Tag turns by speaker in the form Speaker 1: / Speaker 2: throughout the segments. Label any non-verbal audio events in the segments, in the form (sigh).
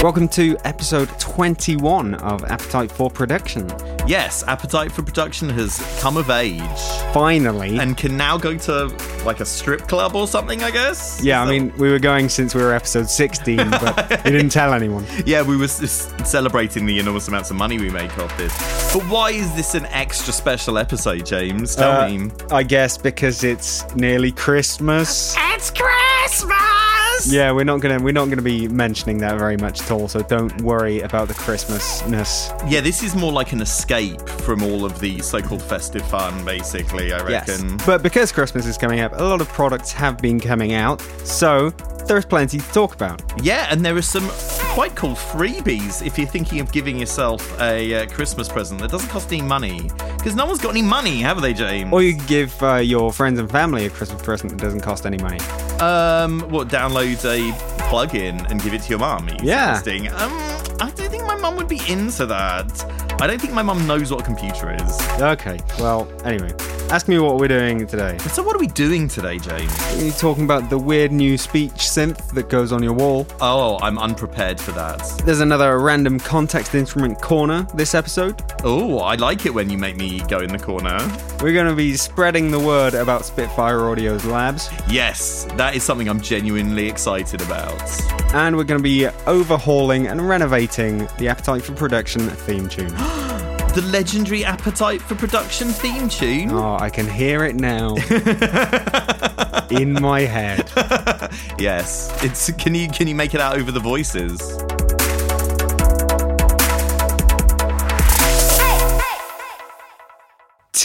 Speaker 1: Welcome to episode 21 of Appetite for Production.
Speaker 2: Yes, Appetite for Production has come of age
Speaker 1: Finally.
Speaker 2: and can now go to like a strip club or something, I guess.
Speaker 1: yeah,
Speaker 2: Is
Speaker 1: I
Speaker 2: that-
Speaker 1: mean, we were going since we were episode 16,
Speaker 2: (laughs)
Speaker 1: but you didn't tell anyone.
Speaker 2: yeah, we were s- s- celebrating the enormous amounts of money we make off this. But why is this an extra special episode, James? Tell
Speaker 1: Uh,
Speaker 2: me.
Speaker 1: I guess because it's nearly Christmas.
Speaker 2: It's Christmas.
Speaker 1: Yeah, we're not gonna we're not gonna be mentioning that very much at all. So don't worry about the Christmasness.
Speaker 2: Yeah, this is more like an escape from all of the so-called festive fun, basically. I reckon.
Speaker 1: But because Christmas is coming up, a lot of products have been coming out. So there's plenty to talk about.
Speaker 2: Yeah, and there are some quite cool freebies if you're thinking of giving yourself a uh, Christmas present that doesn't cost any money. Because no one's got any money, have they, James?
Speaker 1: Or you could give uh, your friends and family a Christmas present that doesn't cost any money.
Speaker 2: um, what, download a plugin and give it to your mum? are you
Speaker 1: Yeah.
Speaker 2: suggesting? Um, I don't think my mum would be into that. I don't think my mum knows what a computer is.
Speaker 1: Okay. Well, anyway, ask me what we're doing today.
Speaker 2: So what are we doing today, James?
Speaker 1: You're talking about the weird new speech synth that goes on your wall.
Speaker 2: Oh, I'm unprepared for that.
Speaker 1: There's another random context instrument corner this episode.
Speaker 2: Oh, I like it when you make me go in the corner.
Speaker 1: We're going to be spreading the word about Spitfire Audio's labs,
Speaker 2: Yes, that is something I'm genuinely excited about.
Speaker 1: and we're going to be overhauling and renovating the Appetite for Production theme tune.
Speaker 2: the legendary appetite for production theme tune.
Speaker 1: Oh, I can hear it (laughs) now in my head.
Speaker 2: Yes, it's can you can you make it out over the voices?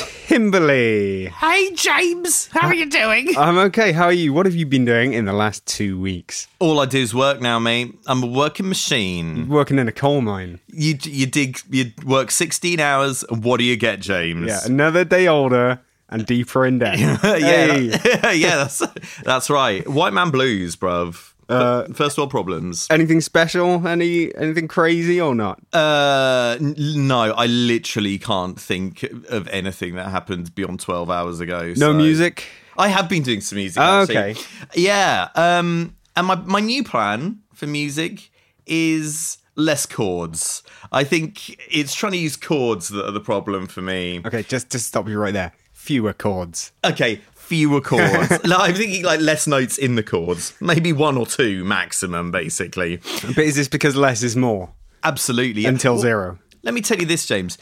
Speaker 1: Kimberly,
Speaker 3: Hey James, how are you doing?
Speaker 1: I'm okay. How are you? What have you been doing in the last two weeks?
Speaker 2: All I do is work now, mate. I'm a working machine.
Speaker 1: Working in a coal mine.
Speaker 2: You you dig you work 16 hours. and What do you get, James?
Speaker 1: Yeah, another day older and deeper in (laughs) debt.
Speaker 2: (laughs) yeah,
Speaker 1: Hey.
Speaker 2: that- (laughs) yeah. That's that's right. White man blues, bruv.
Speaker 1: Uh,
Speaker 2: First world problems.
Speaker 1: Anything special? Any anything crazy or not?
Speaker 2: Uh, n- no, I literally can't think of anything that happened beyond 12 hours ago.
Speaker 1: No
Speaker 2: so-
Speaker 1: music.
Speaker 2: I have been doing some music.
Speaker 1: Oh,
Speaker 2: actually.
Speaker 1: okay.
Speaker 2: Yeah. Um, and my, my new plan for music is less chords. I think it's trying to use chords that are the problem for me.
Speaker 1: Okay, just just stop you right there. Fewer chords.
Speaker 2: Okay, fewer chords. no, I'm thinking like less notes in the chords, maybe one or two maximum, basically.
Speaker 1: But is this because less is more
Speaker 2: Absolutely.
Speaker 1: until
Speaker 2: Well,
Speaker 1: zero?
Speaker 2: Let me tell you this, James.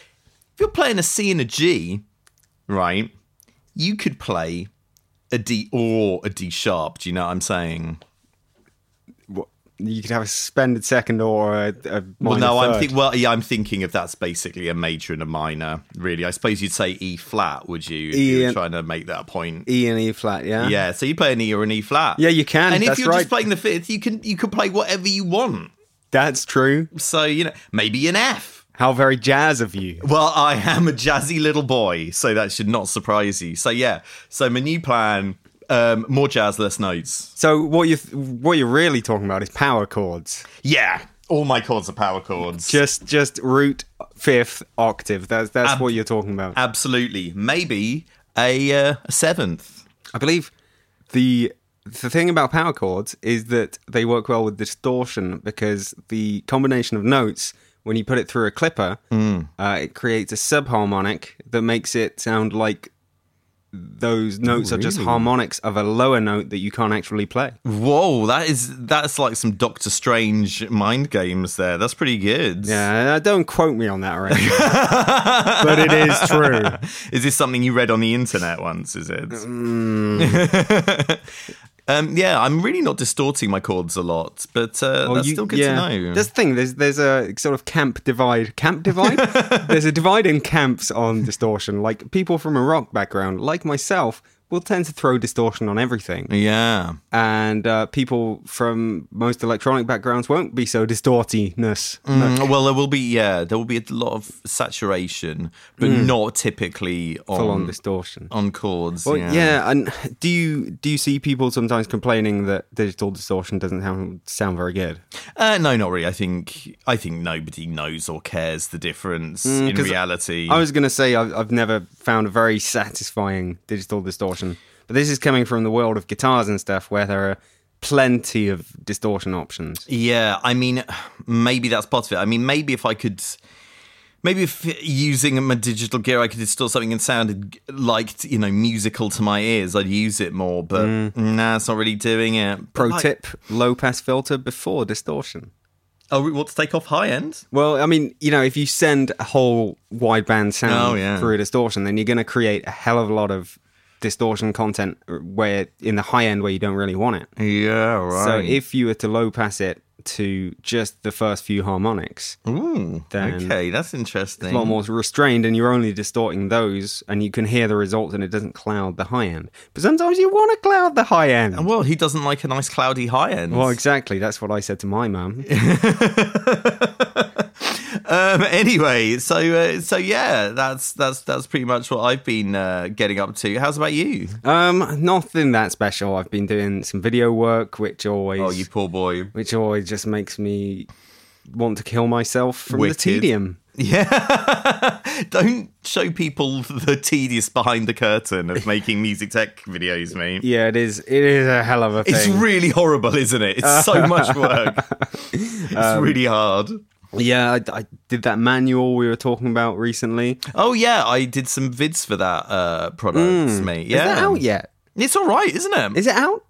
Speaker 2: If you're playing a C and a G, right, you could play a D or a D sharp. Do you know what I'm saying?
Speaker 1: What- You could have a suspended second or a, a
Speaker 2: Well,
Speaker 1: minor
Speaker 2: no, i I'm
Speaker 1: third.
Speaker 2: think. Well, yeah, I'm thinking of that's basically a major and a minor. Really, I suppose you'd say E flat, would you? If you
Speaker 1: Yeah.
Speaker 2: were trying to make that a point.
Speaker 1: E and E flat. Yeah.
Speaker 2: Yeah, so you play an E or an E flat.
Speaker 1: Yeah, you can,
Speaker 2: And if
Speaker 1: that's
Speaker 2: you're
Speaker 1: right.
Speaker 2: just playing the fifth, you can you can play whatever you want.
Speaker 1: That's true.
Speaker 2: So you know, maybe an F.
Speaker 1: How very jazz of you.
Speaker 2: Well, I am a jazzy little boy, so that should not surprise you. So yeah, so my new plan: um, more jazz, less notes.
Speaker 1: So what you what you're really talking about is power chords.
Speaker 2: Yeah, all my chords are power chords.
Speaker 1: Just just root fifth octave. That's that's what you're talking about.
Speaker 2: Absolutely, maybe a, uh, a seventh.
Speaker 1: I believe the the thing about power chords is that they work well with distortion because the combination of notes when you put it through a clipper, uh, it creates a subharmonic that makes it sound like those notes are just harmonics of a lower note that you can't actually play.
Speaker 2: Whoa, that is that's like some Doctor Strange mind games there. That's pretty good.
Speaker 1: Yeah, uh, don't quote me on that right now.
Speaker 2: (laughs)
Speaker 1: but it is true.
Speaker 2: Is this something you read on the internet once, is it?
Speaker 1: Mm.
Speaker 2: (laughs) um yeah, I'm really not distorting my chords a lot, but uh, that's
Speaker 1: Oh, you-
Speaker 2: still good
Speaker 1: yeah.
Speaker 2: to know.
Speaker 1: That's the thing. There's there's a sort of camp divide. Camp
Speaker 2: (laughs)
Speaker 1: divide. there's a divide in camps on distortion. Like people from a rock background, like myself, will tend to throw distortion on everything,
Speaker 2: yeah.
Speaker 1: and uh, people from most electronic backgrounds won't be so distortiness.
Speaker 2: Mm, Well, there will be yeah, there will be a lot of saturation, but not typically
Speaker 1: Mm. Full on
Speaker 2: on
Speaker 1: distortion.
Speaker 2: on chords.
Speaker 1: Well,
Speaker 2: Mm. yeah.
Speaker 1: yeah. and do you do you see people sometimes complaining that digital distortion doesn't sound sound very good?
Speaker 2: Uh, no, not really. I think I think nobody knows or cares the difference in
Speaker 1: Mm, 'cause
Speaker 2: reality.
Speaker 1: I was going to say I've, I've never found a very satisfying digital distortion, but this is coming from the world of guitars and stuff where there are plenty of distortion options.
Speaker 2: Yeah, I mean, maybe that's part of it. I mean, maybe if I could, maybe if using my digital gear, I could distort something and sounded like you know musical to my ears, I'd use it more. But nah, it's not really doing it.
Speaker 1: Pro
Speaker 2: But like-
Speaker 1: tip: low pass filter before distortion.
Speaker 2: Oh, we want to take off high end?
Speaker 1: Well, I mean, you know, if you send a whole wideband sound
Speaker 2: Oh, yeah.
Speaker 1: through a distortion, then you're going to create a hell of a lot of distortion content where in the high end where you don't really want it.
Speaker 2: Yeah, right.
Speaker 1: So if you were to low pass it to just the first few harmonics,
Speaker 2: Ooh,
Speaker 1: then
Speaker 2: okay, that's interesting.
Speaker 1: a lot more restrained and you're only distorting those and you can hear the result and it doesn't cloud the high end. But sometimes you want to cloud the high end.
Speaker 2: Well, he doesn't like a nice cloudy high end.
Speaker 1: Well, exactly. That's what I said to my mum.
Speaker 2: (laughs) um, (laughs) anyway, so uh, so yeah, that's that's that's pretty much what I've been uh, getting up to. How's about you?
Speaker 1: Um, nothing that special. I've been doing some video work, which always
Speaker 2: Oh, you poor boy.
Speaker 1: which always just makes me want to kill myself from
Speaker 2: Wicked.
Speaker 1: the tedium.
Speaker 2: Yeah. (laughs) Don't show people the tedious behind the curtain of making music tech videos, mate.
Speaker 1: Yeah, it is. It is a hell of a
Speaker 2: It's
Speaker 1: thing.
Speaker 2: really horrible, isn't it? It's so
Speaker 1: (laughs)
Speaker 2: much work. It's
Speaker 1: Um,
Speaker 2: really hard.
Speaker 1: yeah, I, I did that manual we were talking about recently.
Speaker 2: Oh yeah, I did some vids for that uh product, mate. Yeah.
Speaker 1: Hmm. Is that out yet?
Speaker 2: It's all right, isn't it?
Speaker 1: Is it out?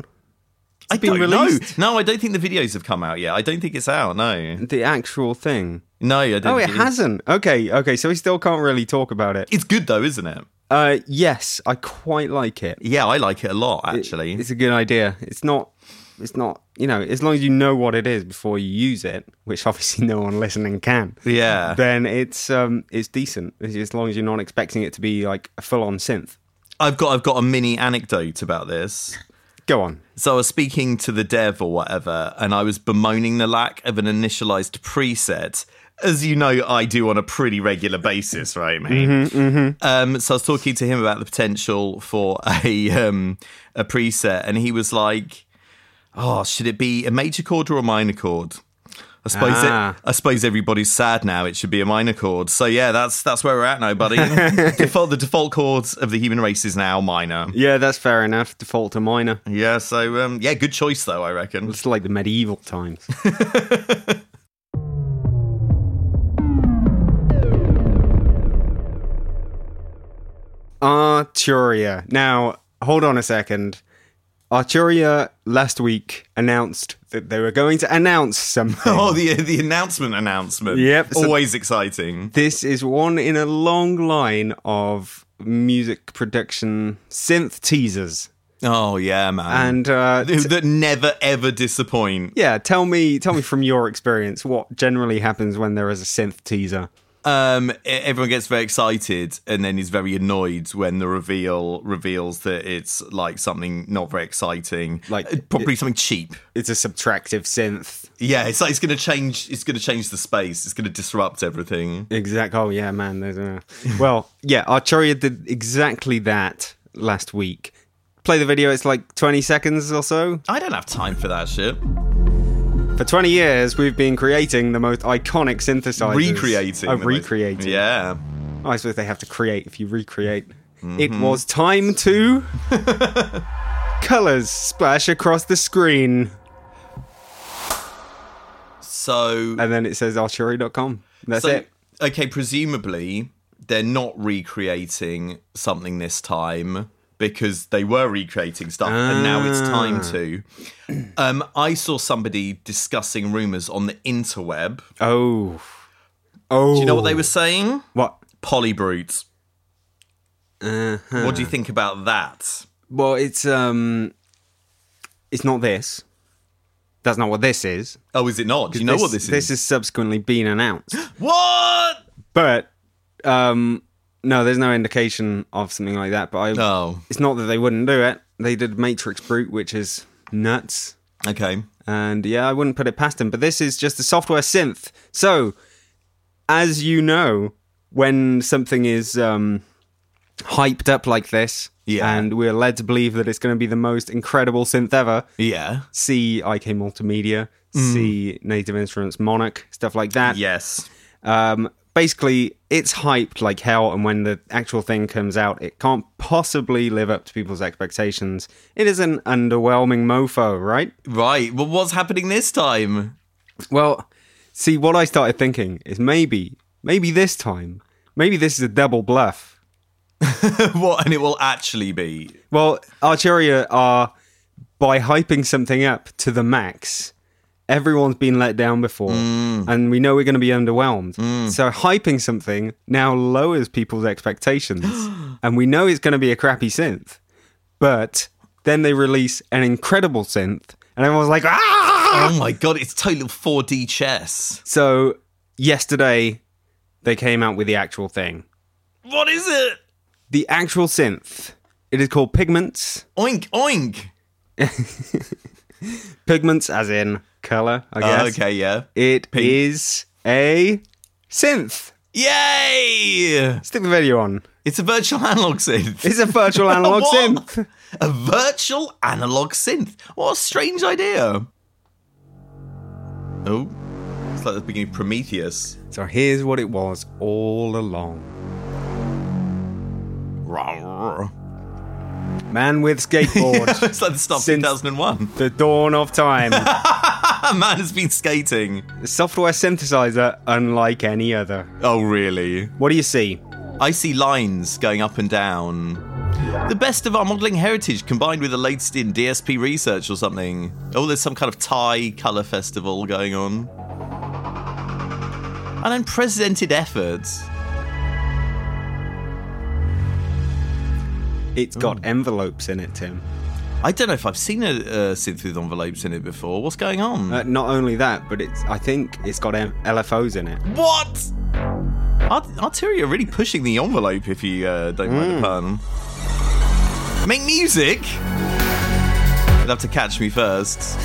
Speaker 2: I
Speaker 1: been
Speaker 2: don't know.
Speaker 1: released?
Speaker 2: No, I don't think the videos have come out yet. I don't think it's out. No,
Speaker 1: The actual thing?
Speaker 2: no, I don't.
Speaker 1: Oh, it
Speaker 2: think
Speaker 1: hasn't. Okay, okay. So we still can't really talk about it.
Speaker 2: It's good though, isn't it?
Speaker 1: Uh, yes, I quite like it.
Speaker 2: Yeah, I like it a lot actually.
Speaker 1: It's a good idea. It's not. It's not. You know, as long as you know what it is before you use it, which (laughs) obviously no one listening can. (laughs)
Speaker 2: yeah.
Speaker 1: Then it's um it's decent as- as long as you're not expecting it to be like a full on synth.
Speaker 2: I've got I've got a mini anecdote about this.
Speaker 1: Go on.
Speaker 2: So I was speaking to the dev or whatever, and I was bemoaning the lack of an initialized preset. As you know, I do on a pretty regular basis, right, mate? Um, so I was talking to him about the potential for a um, a preset, and he was like, "Oh, should it be a major chord or a minor chord?" I suppose it-
Speaker 1: Ah.
Speaker 2: I suppose everybody's sad now. It should be a minor chord. So yeah, that's that's where we're at now, buddy. default, the default chords of the human race is now minor.
Speaker 1: Yeah, that's fair enough. Default to minor.
Speaker 2: Yeah, so um, yeah, good choice though, I reckon.
Speaker 1: It's like the medieval times. Arturia. Now, hold on a second. Arturia last week announced that they were going to announce something.
Speaker 2: (laughs) Oh, the the announcement announcement.
Speaker 1: Yep, so-
Speaker 2: always exciting.
Speaker 1: This is one in a long line of music production synth teasers.
Speaker 2: Oh yeah, man.
Speaker 1: And uh,
Speaker 2: that never ever disappoint.
Speaker 1: yeah, tell me, tell me from your experience what generally happens when there is a synth teaser.
Speaker 2: Um, e- everyone gets very excited and then is very annoyed when the reveal reveals that it's like something not very exciting,
Speaker 1: Like-
Speaker 2: Uh, probably something cheap.
Speaker 1: It's a subtractive synth.
Speaker 2: Yeah, it's like it's gonna change. It's gonna change the space. It's gonna disrupt everything.
Speaker 1: Exact. Oh yeah, man. There's a... well, yeah. Arturia did exactly that last week. Play the video. It's like 20 seconds or so.
Speaker 2: I don't have time for that shit.
Speaker 1: For 20 years, we've been creating the most iconic synthesizers.
Speaker 2: Recreating,
Speaker 1: Oh,
Speaker 2: the most-
Speaker 1: recreating.
Speaker 2: Yeah.
Speaker 1: I suppose they have to create if you recreate.
Speaker 2: Mm-hmm.
Speaker 1: It was time
Speaker 2: (laughs)
Speaker 1: to. Colors splash across the screen.
Speaker 2: So
Speaker 1: And then it says archery.com. That's it.
Speaker 2: Okay, presumably they're not recreating something this time because they were recreating stuff and now it's time to. Um, I saw somebody discussing rumors on the interweb.
Speaker 1: Oh. Oh.
Speaker 2: Do you know what they were saying?
Speaker 1: What?
Speaker 2: Polybrute. What do you think about that?
Speaker 1: Well, it's um, it's not this. That's not what this is.
Speaker 2: Oh, is it not? Do you know what this is?
Speaker 1: This has subsequently been
Speaker 2: (gasps)
Speaker 1: announced,
Speaker 2: what?
Speaker 1: but um, no, there's no indication of something like that. But I,
Speaker 2: Oh,
Speaker 1: it's not that they wouldn't do it. They did Matrix Brute, which is nuts,
Speaker 2: okay.
Speaker 1: and yeah, I wouldn't put it past them. But this is just a software synth. So, as you know, when something is um, hyped up like this,
Speaker 2: Yeah.
Speaker 1: and we're led to believe that it's going to be the most incredible synth ever.
Speaker 2: Yeah.
Speaker 1: see IK Multimedia, see Native Instruments Monarch, stuff like that.
Speaker 2: Yes.
Speaker 1: Um, basically it's hyped like hell and when the actual thing comes out it can't possibly live up to people's expectations it is an underwhelming mofo right
Speaker 2: Right. Well, what's happening this time? (laughs)
Speaker 1: well see what i started thinking is maybe maybe this time maybe this is a double bluff
Speaker 2: what? And it will actually be.
Speaker 1: well archeria are by hyping something up to the max everyone's been let down before and we know we're going to be underwhelmed so hyping something now lowers people's expectations and we know it's going to be a crappy synth but then they release an incredible synth and everyone's like ah
Speaker 2: Oh my god! It's total 4D chess.
Speaker 1: so yesterday they came out with the actual thing
Speaker 2: What is it?
Speaker 1: the actual synth it is called pigments
Speaker 2: Oink oink.
Speaker 1: pigments as in color i
Speaker 2: Oh,
Speaker 1: guess
Speaker 2: okay. Yeah.
Speaker 1: It is a synth.
Speaker 2: Yay!
Speaker 1: Stick the video on.
Speaker 2: It's a virtual analog synth.
Speaker 1: It's a (laughs) virtual analog
Speaker 2: What?
Speaker 1: synth.
Speaker 2: A virtual analog synth. What a strange idea. Oh, it's like the beginning of Prometheus.
Speaker 1: So here's what it was all along.
Speaker 2: Rawr.
Speaker 1: Man with (laughs) skateboard.
Speaker 2: (laughs) it's like the start of
Speaker 1: Synth.
Speaker 2: 2001.
Speaker 1: the dawn of (laughs) time.
Speaker 2: A man has been skating.
Speaker 1: The software synthesizer unlike any other.
Speaker 2: Oh, really?
Speaker 1: What do you see?
Speaker 2: I see lines going up and down. The best of our modelling heritage combined with the latest in DSP research or something. Oh, there's some kind of Thai colour festival going on. An unprecedented effort.
Speaker 1: It's got envelopes in it, Tim.
Speaker 2: I don't know if I've seen a, a synth with envelopes in it before. What's going on?
Speaker 1: Uh, not only that, but it's I think it's got em- LFOs in it.
Speaker 2: what? Art- Arteria really pushing the envelope, if you uh, don't mind the pun. Make music? You'll have to catch me first.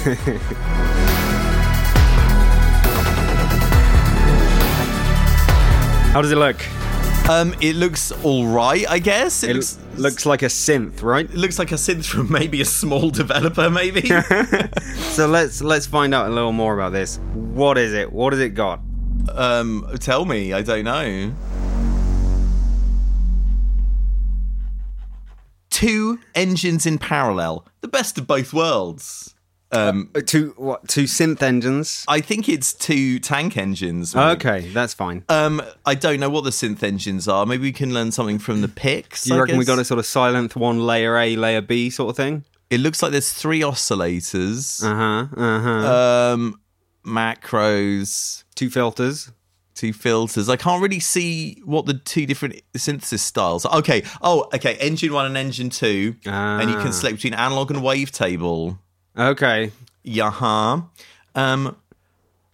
Speaker 1: How does it look?
Speaker 2: Um, it looks all right, I guess. It,
Speaker 1: It
Speaker 2: looks,
Speaker 1: l- looks like a synth, right?
Speaker 2: it looks like a synth from maybe a small (laughs) developer,
Speaker 1: (laughs)
Speaker 2: maybe.
Speaker 1: So let's let's find out a little more about this. What is it? What has it got?
Speaker 2: um, tell me, I don't know. Two engines in parallel, the best of both worlds. Um,
Speaker 1: Uh, Two what? Two synth engines.
Speaker 2: I think it's two tank engines. maybe.
Speaker 1: Okay, that's fine.
Speaker 2: Um, I don't know what the synth engines are. Maybe we can learn something from the picks.
Speaker 1: Do you
Speaker 2: I
Speaker 1: reckon we
Speaker 2: guess.
Speaker 1: got a sort of silent one layer A, layer B sort of thing?
Speaker 2: It looks like there's three oscillators.
Speaker 1: Uh huh. Uh huh.
Speaker 2: um macros
Speaker 1: Two filters.
Speaker 2: two filters i can't really see what the two different synthesis styles are. okay oh okay engine one and engine two and you
Speaker 1: Ah.
Speaker 2: can select between analog and wavetable
Speaker 1: Okay.
Speaker 2: yaha um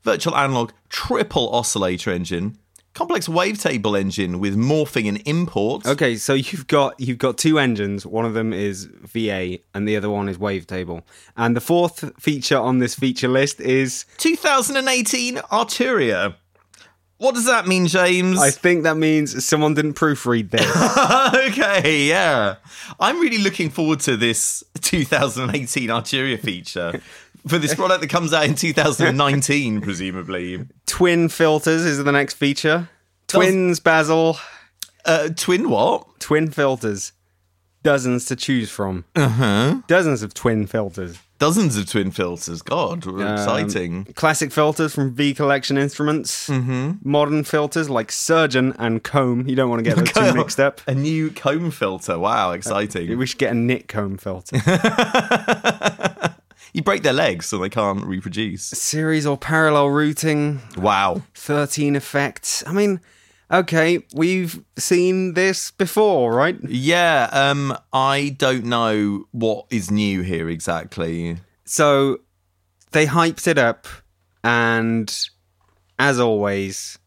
Speaker 2: virtual analog triple oscillator engine complex wavetable engine with morphing and imports
Speaker 1: Okay. So you've got you've got two engines. One of them is VA, and the other one is wavetable. And the fourth feature on this feature list is
Speaker 2: 2018 arteria what does that mean james
Speaker 1: I think that means someone didn't proofread this.
Speaker 2: okay, yeah. I'm really looking forward to this 2018 Arteria feature for this product that comes out in 2019, presumably.
Speaker 1: Twin filters is the next feature. Twins, Basil.
Speaker 2: Uh, twin what?
Speaker 1: Twin filters. Dozens to choose from. Uh huh. Dozens of twin filters.
Speaker 2: Dozens of twin filters. God,
Speaker 1: Um,
Speaker 2: exciting.
Speaker 1: Classic filters from V Collection Instruments. Modern filters like Surgeon and Comb. You don't want to get those two
Speaker 2: (laughs)
Speaker 1: mixed up. Uh,
Speaker 2: A new comb filter. Wow, exciting.
Speaker 1: We should get a knit comb filter.
Speaker 2: You break their legs so they can't reproduce.
Speaker 1: Series or parallel routing.
Speaker 2: Wow.
Speaker 1: 13 effects. I mean, okay, we've seen this before, right?
Speaker 2: Yeah, um, I don't know what is new here exactly.
Speaker 1: So they hyped it up, and as always,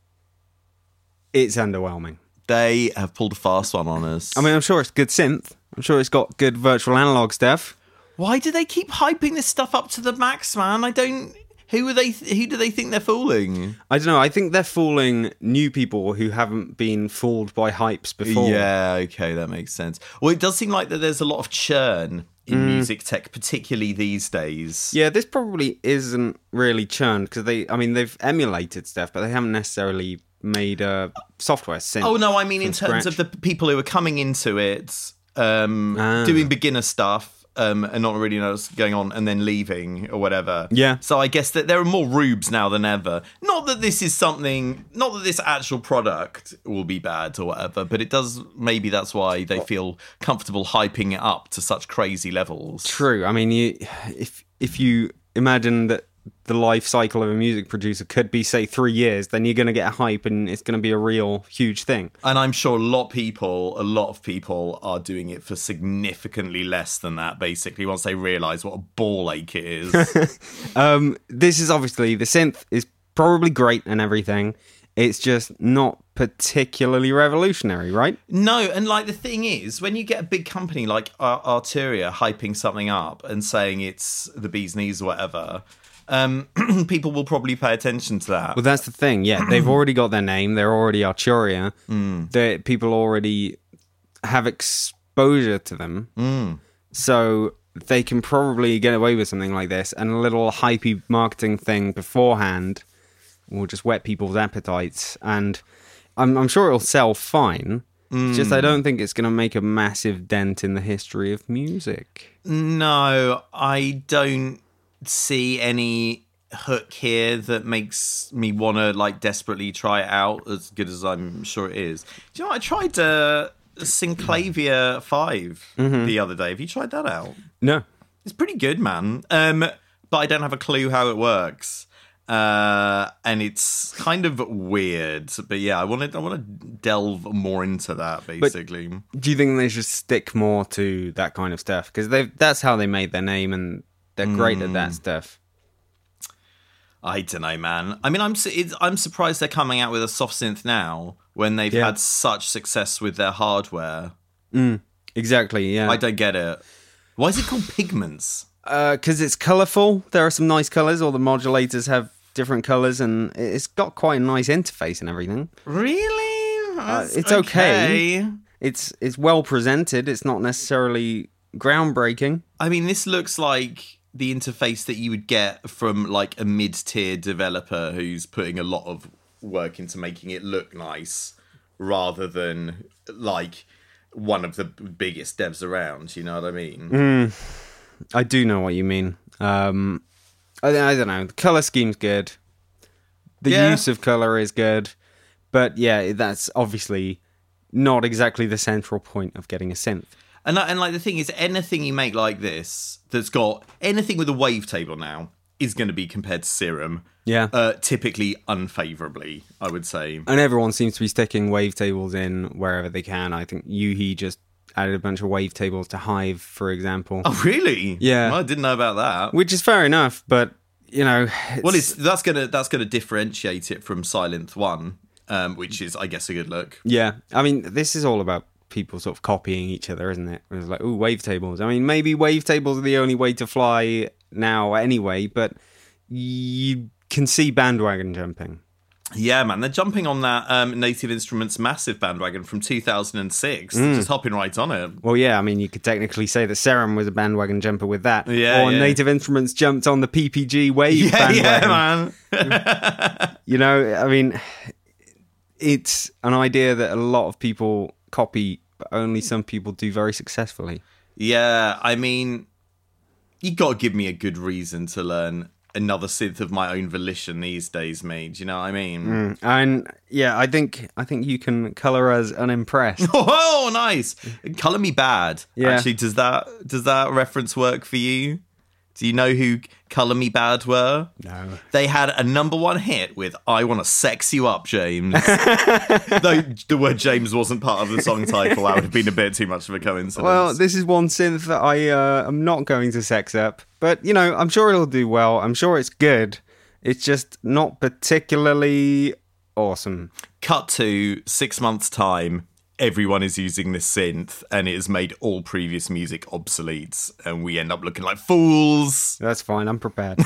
Speaker 1: it's underwhelming.
Speaker 2: They have pulled a fast one on us.
Speaker 1: I mean, I'm sure it's good synth. I'm sure it's got good virtual analog stuff.
Speaker 2: Why do they keep hyping this stuff up to the max, man? I don't. Who are they? Who do they think they're fooling?
Speaker 1: I don't know. I think they're fooling new people who haven't been fooled by hypes before.
Speaker 2: Yeah, okay, that makes sense. Well, it does seem like that there's a lot of churn in music tech, particularly these days.
Speaker 1: Yeah, this probably isn't really churned because they, I mean, they've emulated stuff, but they haven't necessarily made uh, software synth.
Speaker 2: Oh no, I mean in
Speaker 1: from
Speaker 2: terms of the
Speaker 1: scratch.
Speaker 2: people who are coming into it, um,
Speaker 1: Ah.
Speaker 2: doing beginner stuff um, and not really know what's going on, and then leaving or whatever.
Speaker 1: Yeah.
Speaker 2: So I guess that there are more rubes now than ever. Not that this is something, not that this actual product will be bad or whatever, but it does. Maybe that's why they feel comfortable hyping it up to such crazy levels.
Speaker 1: True. I mean, you, if if you imagine that the life cycle of a music producer could be say three years, then you're going to get a hype, and it's going to be a real huge thing.
Speaker 2: And I'm sure a lot of people, a lot of people are doing it for significantly less than that. Basically, once they realise what a ball ache it
Speaker 1: (laughs)
Speaker 2: is.
Speaker 1: Um, this is obviously the synth is probably great and everything. It's just not particularly revolutionary, right?
Speaker 2: No, and like the thing is, when you get a big company like Ar- Arteria hyping something up and saying it's the bee's knees or whatever, um, (clears throat) people will probably pay attention to that.
Speaker 1: Well, that's the thing. Yeah, they've already got their name. They're already Arturia. They- People already have exposure to them, so they can probably get away with something like this. And a little hypey marketing thing beforehand will just whet people's appetites. And I'm, I'm sure it'll sell fine. It's just I don't think it's going to make a massive dent in the history of music.
Speaker 2: No, I don't see any hook here that makes me want to like desperately try it out as good as I'm sure it is. Do you know what? I tried uh, Synclavia 5 the other day. Have you tried that out?
Speaker 1: No.
Speaker 2: It's pretty good, man. Um, but I don't have a clue how it works. Uh, and it's kind of weird, but yeah, I want to I want to delve more into that basically.
Speaker 1: do you think they should stick more to that kind of stuff? Because they that's how they made their name, and they're great at that stuff.
Speaker 2: I don't know, man. I mean, I'm su- it's, I'm surprised they're coming out with a soft synth now when they've
Speaker 1: Yeah.
Speaker 2: had such success with their hardware.
Speaker 1: Exactly, yeah.
Speaker 2: I don't get it. Why is it called Pigments?
Speaker 1: Because Uh, it's colourful. There are some nice colours. All the modulators have different colours, and it's got quite a nice interface and everything.
Speaker 2: Really? That's
Speaker 1: Uh, it's okay. It's it's well presented. It's not necessarily groundbreaking.
Speaker 2: I mean, this looks like the interface that you would get from like a mid-tier developer who's putting a lot of work into making it look nice, rather than like one of the biggest devs around. You know what I mean?
Speaker 1: I do know what you mean. Um, I, I don't know. The color scheme's good. The
Speaker 2: Yeah.
Speaker 1: use of color is good, but yeah, that's obviously not exactly the central point of getting a synth.
Speaker 2: And and like the thing is, anything you make like this that's got anything with a wavetable now is going to be compared to Serum.
Speaker 1: Yeah.
Speaker 2: Uh, typically unfavorably, I would say.
Speaker 1: and everyone seems to be sticking wavetables in wherever they can. I think Yuhi just added a bunch of wavetables to Hive, for example,
Speaker 2: Oh, really?
Speaker 1: Yeah.
Speaker 2: Well, I didn't know about that.
Speaker 1: which is fair enough, but you know,
Speaker 2: Well, it's that's gonna that's gonna differentiate it from Silent One, um, which is, I guess, a good look.
Speaker 1: Yeah, I mean, this is all about people sort of copying each other, isn't it? It's like, ooh, wavetables. I mean, maybe wavetables are the only way to fly now, anyway. But you can see bandwagon jumping.
Speaker 2: Yeah, man, they're jumping on that um, Native Instruments massive bandwagon from 2006, just hopping right on it.
Speaker 1: Well, yeah, I mean, you could technically say that Serum was a bandwagon jumper with that.
Speaker 2: Yeah,
Speaker 1: or
Speaker 2: yeah.
Speaker 1: Native Instruments jumped on the PPG wave
Speaker 2: (laughs) (laughs) Yeah,
Speaker 1: bandwagon.
Speaker 2: yeah, man.
Speaker 1: You know, I mean, it's an idea that a lot of people copy, but only some people do very successfully.
Speaker 2: Yeah, I mean, you got to give me a good reason to learn another synth of my own volition these days, mate. Do you know what I mean?
Speaker 1: And yeah, I think I think you can color us unimpressed.
Speaker 2: (laughs) Oh, nice. Color me bad.
Speaker 1: Yeah.
Speaker 2: Actually, does that does that reference work for you? Do you know who Color Me Bad were?
Speaker 1: No.
Speaker 2: They had a number one hit with "I Want to Sex You
Speaker 1: (laughs)
Speaker 2: Up," James. Though the word James wasn't part of the song title, that would have been a bit too much of a coincidence.
Speaker 1: Well, this is one synth that I uh, am not going to sex up, but you know, I'm sure it'll do well. I'm sure it's good. It's just not particularly awesome.
Speaker 2: cut to six months time everyone is using this synth and it has made all previous music obsolete and we end up looking like fools
Speaker 1: That's fine. I'm prepared.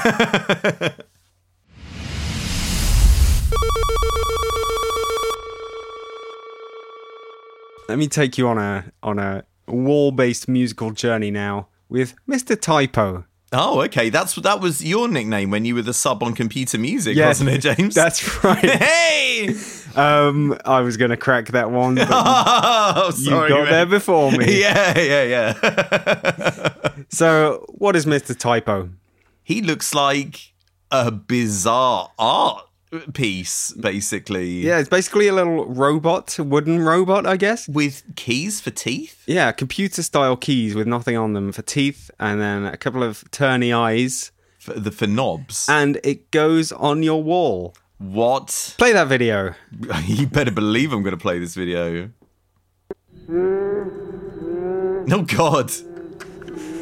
Speaker 1: Let me take you on a on a wall-based musical journey now with Mr. Typo.
Speaker 2: oh okay that's that
Speaker 1: (laughs)
Speaker 2: was your nickname when you were the sub on computer music
Speaker 1: Yeah,
Speaker 2: (laughs) wasn't it james
Speaker 1: That's right.
Speaker 2: hey
Speaker 1: Um, I was going to crack that one, but
Speaker 2: (laughs) Oh,
Speaker 1: you
Speaker 2: sorry.
Speaker 1: got
Speaker 2: mate.
Speaker 1: there before me.
Speaker 2: (laughs) Yeah, yeah, yeah. (laughs)
Speaker 1: So, what is Mr. Typo?
Speaker 2: He looks like a bizarre art piece, basically.
Speaker 1: Yeah, it's basically a little robot, wooden robot, I guess.
Speaker 2: With keys for teeth.
Speaker 1: Yeah, computer style keys with nothing on them for teeth, and then a couple of turny eyes,
Speaker 2: For, the, for knobs.
Speaker 1: and it goes on your wall.
Speaker 2: what? (laughs)
Speaker 1: Play that video.
Speaker 2: You better believe I'm going to play this video. Oh, God.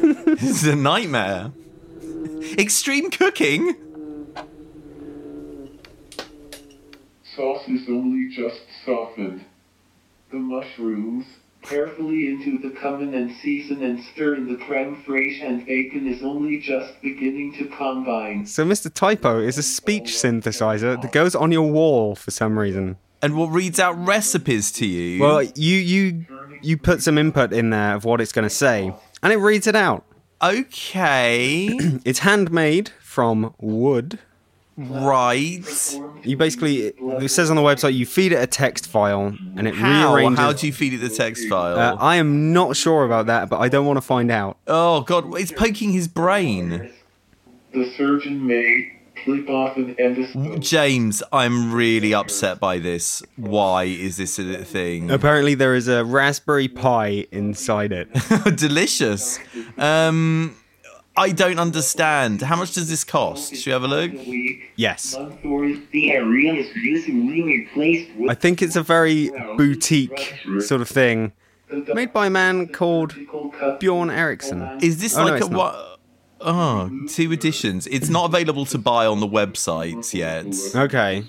Speaker 2: (laughs) this is a nightmare. Extreme cooking?
Speaker 4: Sauce is only just softened. The mushrooms, carefully into the cumin and season and stir in the creme fraiche and bacon is only just beginning to combine.
Speaker 1: So, Mr. Typo is a speech synthesizer that goes on your wall for some reason.
Speaker 2: And what reads out recipes to you?
Speaker 1: Well, you you you put some input in there of what it's going to say, and it reads it out. (clears throat)
Speaker 2: okay.
Speaker 1: It's handmade from wood.
Speaker 2: right.
Speaker 1: You basically it says on the website you feed it a text file and it
Speaker 2: How?
Speaker 1: rearranges.
Speaker 2: How do you feed it the text file?
Speaker 1: uh, I am not sure about that, but I don't want to find out.
Speaker 2: oh god, it's poking his brain.
Speaker 4: The surgeon may clip off an endoscope.
Speaker 2: James, I'm really upset by this. Why is this a thing?
Speaker 1: Apparently, there is a raspberry Pi inside
Speaker 2: (laughs)
Speaker 1: it.
Speaker 2: Delicious. Um, I don't understand. How much does this cost? Should we have a look?
Speaker 4: A week,
Speaker 1: Yes,
Speaker 4: month or
Speaker 5: The area is recently replaced with
Speaker 1: I think it's a very boutique sort of thing, made by a man called Bjorn Eriksson.
Speaker 2: Is this
Speaker 1: Oh, no,
Speaker 2: like a
Speaker 1: it's not.
Speaker 2: what? Oh, two editions. It's not available to buy on the website yet,
Speaker 1: Okay,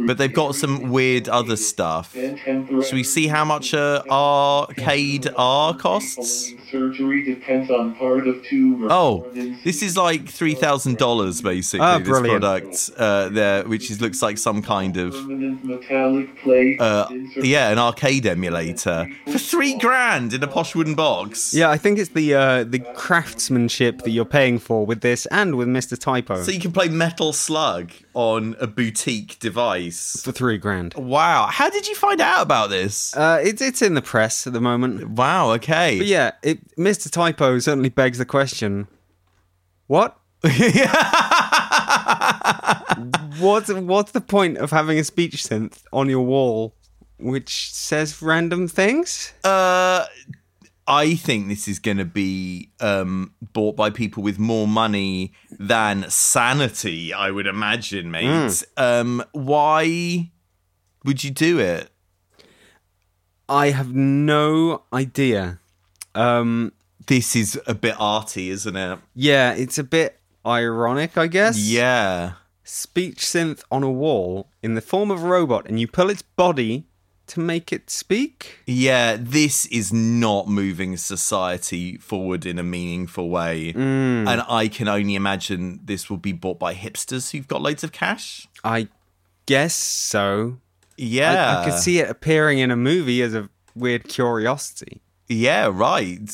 Speaker 2: but they've got some weird other stuff. Should
Speaker 4: Should
Speaker 2: we see how much uh, arcade R costs?
Speaker 4: Surgery depends on part of tumor.
Speaker 2: Oh, this is like three thousand dollars basically.
Speaker 1: Ah,
Speaker 2: this
Speaker 1: brilliant.
Speaker 2: product uh, there, which is, looks like some kind of
Speaker 4: Permanent metallic plate.
Speaker 2: uh,
Speaker 4: insert-
Speaker 2: yeah, an arcade emulator for three grand in a posh wooden box.
Speaker 1: yeah, I think it's the uh, the craftsmanship that you're paying for with this and with Mr. Typo
Speaker 2: So you can play Metal Slug on a boutique device.
Speaker 1: for three grand.
Speaker 2: Wow, how did you find out about this?
Speaker 1: Uh, it's it's in the press at the moment.
Speaker 2: Wow, okay.
Speaker 1: But yeah, it, Mr. Typo certainly begs the question: What?
Speaker 2: (laughs)
Speaker 1: what's what's the point of having a speech synth on your wall which says random things?
Speaker 2: Uh, I think this is going to be um, bought by people with more money than sanity, I would imagine, mate.
Speaker 1: Hmm.
Speaker 2: Um, why would you do it?
Speaker 1: I have no idea. Um,
Speaker 2: This is a bit arty, isn't it?
Speaker 1: yeah, it's a bit ironic, I guess.
Speaker 2: Yeah.
Speaker 1: Speech synth on a wall in the form of a robot, and you pull its body to make it speak.
Speaker 2: Yeah, this is not moving society forward in a meaningful way.
Speaker 1: Hmm.
Speaker 2: And I can only imagine this will be bought by hipsters who've got loads of cash.
Speaker 1: I guess so.
Speaker 2: Yeah.
Speaker 1: I, I could see it appearing in a movie as a weird curiosity.
Speaker 2: Yeah, right.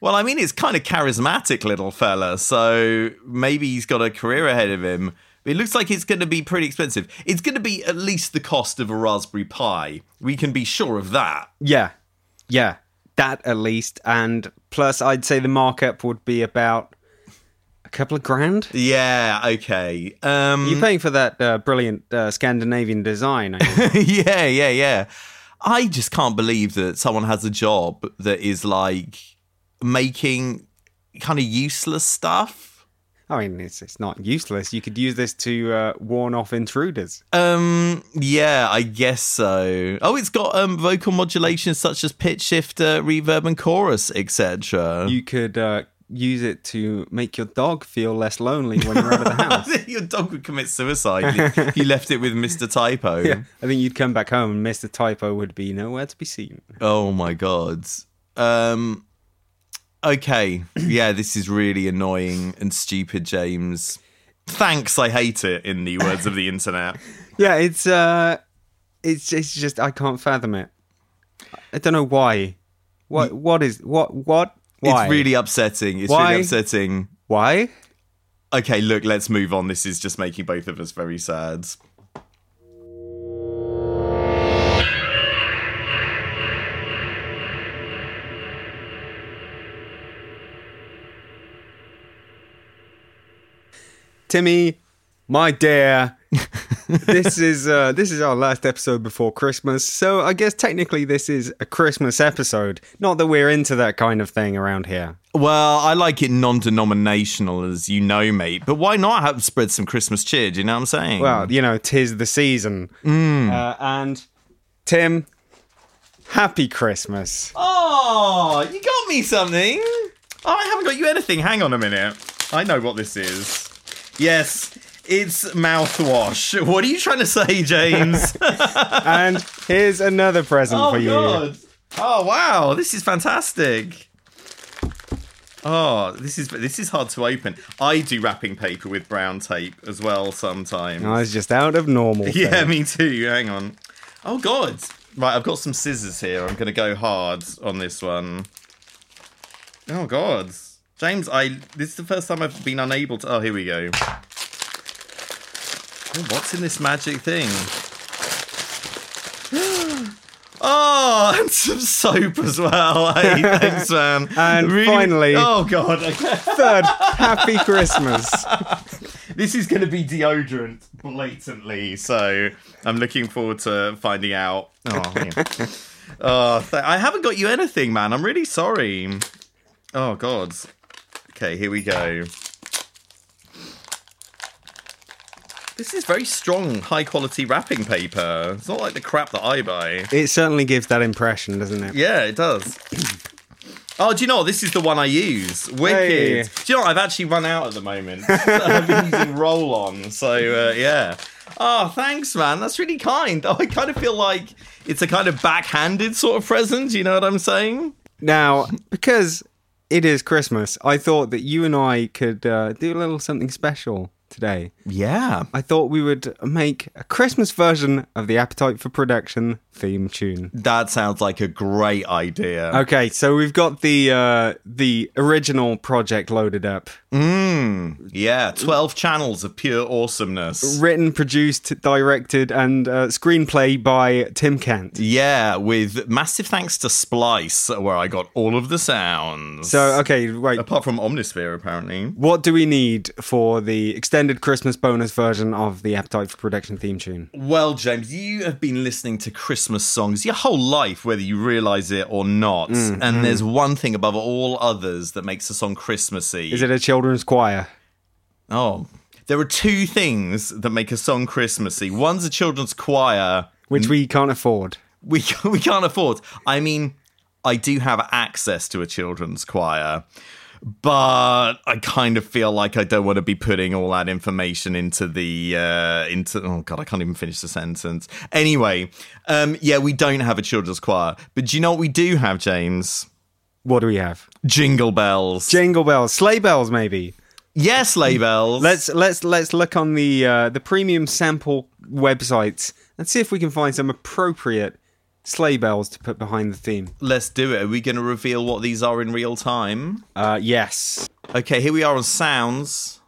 Speaker 2: Well, I mean, it's kind of charismatic little fella, so maybe he's got a career ahead of him. But it looks like it's going to be pretty expensive. It's going to be at least the cost of a Raspberry Pi. We can be sure of that.
Speaker 1: Yeah. Yeah. That at least. And plus, I'd say the markup would be about a couple of grand.
Speaker 2: Yeah, okay. Um,
Speaker 1: (laughs) You're paying for that uh, brilliant uh, Scandinavian design. I
Speaker 2: (laughs)
Speaker 1: think.
Speaker 2: yeah, yeah, yeah. I just can't believe that someone has a job that is like making kind of useless stuff.
Speaker 1: I mean, it's, it's not useless. You could use this to uh, warn off intruders.
Speaker 2: Um, yeah, I guess so. Oh, it's got um vocal modulations such as pitch shifter, reverb, and chorus, etc. (laughs)
Speaker 1: You could uh, use it to make your dog feel less lonely when you're out of the
Speaker 2: (laughs)
Speaker 1: house.
Speaker 2: Your dog would commit suicide (laughs) if you left it with Mr. Typo.
Speaker 1: Yeah. I think you'd come back home and Mr. Typo would be nowhere to be seen.
Speaker 2: Oh my god. Um, okay, yeah, this is really annoying and stupid, James. Thanks, I hate it. In the words (laughs) of the internet.
Speaker 1: Yeah, it's uh, it's it's just I can't fathom it. I don't know why. What what is what what why?
Speaker 2: It's really upsetting. It's
Speaker 1: Why?
Speaker 2: really upsetting.
Speaker 1: why.
Speaker 2: Okay, look, let's move on. This is just making both of us very sad.
Speaker 1: Timmy, my dear, this is uh, this is our last episode before Christmas. So I guess technically this is a Christmas episode. Not that we're into that kind of thing around here.
Speaker 2: Well, I like it non-denominational, as you know, mate. But why not have spread some Christmas cheer? Do you know what I'm saying?
Speaker 1: Well, you know, tis the season. Uh, and Tim, happy Christmas.
Speaker 2: oh, you got me something. Oh, I haven't got you anything. Hang on a minute. I know what this is. Yes, it's mouthwash. What are you trying to say, (laughs) James?
Speaker 1: and here's another present for you.
Speaker 2: Oh wow, this is fantastic. Oh, this is this is hard to open. I do wrapping paper with brown tape as well sometimes.
Speaker 1: I was just out of normal.
Speaker 2: (laughs) Yeah,
Speaker 1: thing.
Speaker 2: me too. Hang on. Oh god. Right, I've got some scissors here. I'm going to go hard on this one. Oh god. James, I this is the first time I've been unable to Oh, here we go. Oh, what's in this magic thing? (gasps) Oh, (laughs) and some soap as well. Hey, thanks, man.
Speaker 1: And finally-
Speaker 2: oh god, okay.
Speaker 1: Third, happy Christmas.
Speaker 2: This is going to be deodorant blatantly, so I'm looking forward to finding out. (laughs) Oh, yeah. oh th- I haven't got you anything, man. I'm really sorry. Oh, God. Okay, here we go. This is very strong, high quality wrapping paper. It's not like the crap that I buy.
Speaker 1: It certainly gives that impression, doesn't it?
Speaker 2: Yeah, it does. (clears throat) Oh, do you know what? This is the one I use. Wicked.
Speaker 1: Hey.
Speaker 2: Do you know what? I've actually run out at the moment. (laughs) I've been using roll on. So, uh, yeah. Oh, thanks, man. That's really kind. Oh, I kind of feel like it's a kind of backhanded sort of present. You know what I'm saying?
Speaker 1: Now, because it is Christmas, I thought that you and I could uh, do a little something special today.
Speaker 2: Yeah.
Speaker 1: I thought we would make a Christmas version of the Appetite for Production theme tune.
Speaker 2: That sounds like a great idea.
Speaker 1: Okay, so we've got the uh, the original project loaded up,
Speaker 2: Yeah. 12 channels of pure awesomeness.
Speaker 1: written, produced, directed, and uh, screenplay by Tim Kent.
Speaker 2: Yeah, with massive thanks to Splice, where I got all of the sounds.
Speaker 1: So, okay, wait.
Speaker 2: apart from Omnisphere, apparently.
Speaker 1: What do we need for the extended Christmas bonus version of the Appetite for Production theme tune?
Speaker 2: Well, James, you have been listening to Christmas songs your whole life, whether you realize it or not. and
Speaker 1: Mm-hmm.
Speaker 2: there's one thing above all others that makes a song Christmassy.
Speaker 1: Is it a children's choir?
Speaker 2: Oh, there are two things that make a song Christmassy. One's a children's choir,
Speaker 1: Which we can't afford.
Speaker 2: we (laughs) we can't afford. I mean, I do have access to a children's choir, but I kind of feel like I don't want to be putting all that information into the uh, into. Oh god, I can't even finish the sentence. Anyway, um, yeah, we don't have a children's choir, but do you know what we do have, James?
Speaker 1: What do we have?
Speaker 2: Jingle bells.
Speaker 1: Jingle bells, sleigh bells, maybe.
Speaker 2: yes, sleigh bells.
Speaker 1: Let's let's let's look on the uh, the premium sample websites and see if we can find some appropriate sleigh bells to put behind the theme.
Speaker 2: let's do it. Are we going to reveal what these are in real time?
Speaker 1: Uh, yes,
Speaker 2: Okay, here we are on sounds.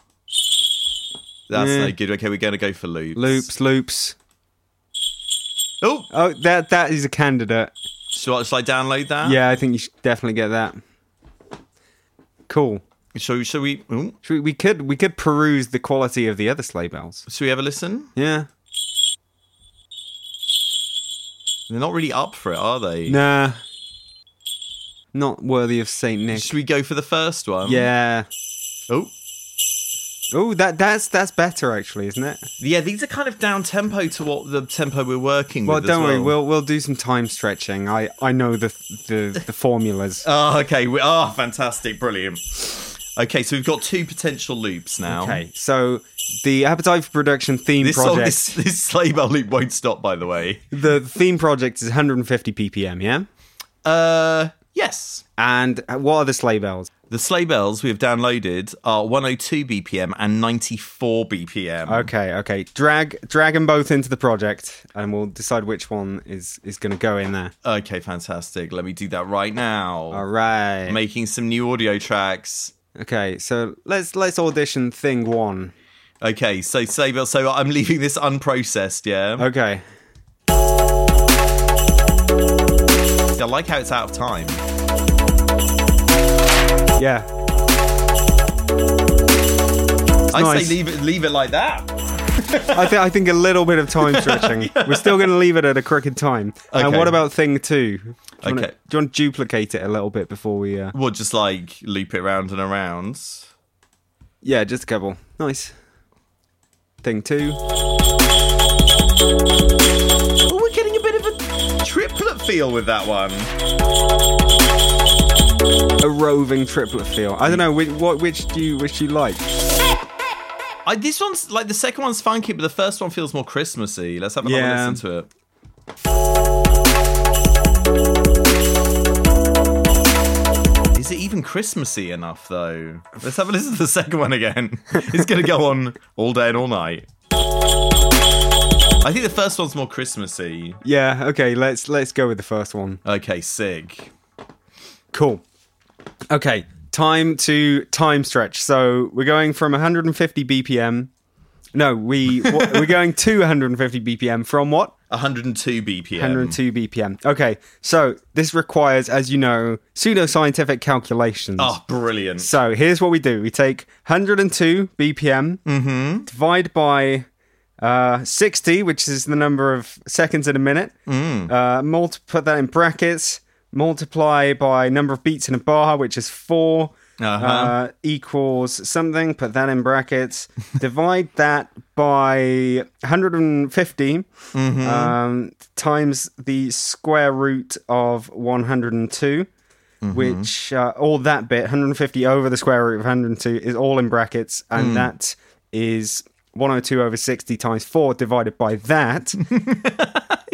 Speaker 2: That's no good. Okay, we're going to go for loops.
Speaker 1: loops, loops.
Speaker 2: Oh,
Speaker 1: Oh, that that is a candidate.
Speaker 2: Shall I, shall I download that?
Speaker 1: Yeah, I think you should definitely get that. Cool.
Speaker 2: Shall, we- shall we? ooh,
Speaker 1: Should we, we could we could peruse the quality of the other sleigh bells.
Speaker 2: Shall we have a listen?
Speaker 1: Yeah.
Speaker 2: They're not really up for it, are they?
Speaker 1: Nah. Not worthy of Saint Nick.
Speaker 2: Should we go for the first one?
Speaker 1: Yeah.
Speaker 2: Oh.
Speaker 1: Oh, that that's that's better actually, isn't it?
Speaker 2: Yeah. These are kind of down tempo to what the tempo we're working
Speaker 1: Well,
Speaker 2: with. as
Speaker 1: don't worry.
Speaker 2: well.
Speaker 1: We'll we'll do some time stretching. I I know the the, the
Speaker 2: (laughs)
Speaker 1: formulas.
Speaker 2: Oh, okay. We, oh, fantastic! Brilliant. Okay, so we've got two potential loops now.
Speaker 1: Okay, so the appetite for production theme
Speaker 2: Oh. This song,
Speaker 1: project.
Speaker 2: this, this sleigh bell loop won't stop. By the way.
Speaker 1: The theme project is 150 ppm. Yeah.
Speaker 2: Uh, yes.
Speaker 1: And what are the sleigh bells?
Speaker 2: The sleigh bells we have downloaded are 102 BPM and 94 BPM.
Speaker 1: Okay, okay. Drag drag them both into the project, and we'll decide which one is is going to go in there.
Speaker 2: Okay, fantastic. Let me do that right now.
Speaker 1: All right.
Speaker 2: making some new audio tracks.
Speaker 1: Okay, so let's let's audition thing one.
Speaker 2: Okay, so save it. So I'm leaving this unprocessed. Yeah,
Speaker 1: Okay.
Speaker 2: I like how it's out of time.
Speaker 1: Yeah. That's
Speaker 2: I
Speaker 1: nice.
Speaker 2: say leave it, leave it like that.
Speaker 1: I, th- I think a little bit of
Speaker 2: (laughs)
Speaker 1: time stretching. We're still going to leave it at a crooked time. And
Speaker 2: Okay.
Speaker 1: what about thing two? Do you wanna,
Speaker 2: Okay.
Speaker 1: Do you want to duplicate it a little bit before we. Uh...
Speaker 2: Well, just like loop it round and around.
Speaker 1: Yeah, just a couple. Nice. Thing two.
Speaker 2: Oh, we're getting a bit of a triplet feel with that one.
Speaker 1: A roving triplet feel. I don't know. Which, what, which do you which do you like?
Speaker 2: I, this one's like the second one's funky, but the first one feels more Christmassy. Let's have another
Speaker 1: Yeah.
Speaker 2: listen to it. Is it even Christmassy enough though? Let's have a listen to the second one again. (laughs) It's going to go on all day and all night. I think the first one's more Christmassy.
Speaker 1: Yeah. Okay. Let's let's go with the first one.
Speaker 2: Okay, sick.
Speaker 1: Cool. Okay, time to time stretch. So we're going from 150 BPM. No, we what, we're going to 150 BPM from what?
Speaker 2: 102 BPM.
Speaker 1: 102 BPM. Okay, so this requires, as you know, pseudoscientific calculations.
Speaker 2: Oh, brilliant.
Speaker 1: Mm-hmm. So here's what we do: we take 102 BPM, divide by uh, 60, which is the number of seconds in a minute. Uh, multi- put that in brackets. Multiply by number of beats in a bar, which is 4
Speaker 2: Uh-huh.
Speaker 1: uh, equals something. Put that in brackets. divide that by 150 um, times the square root of 102 which uh, all that bit 150 over the square root of 102 is all in brackets and that is 102 over 60 times 4 divided by that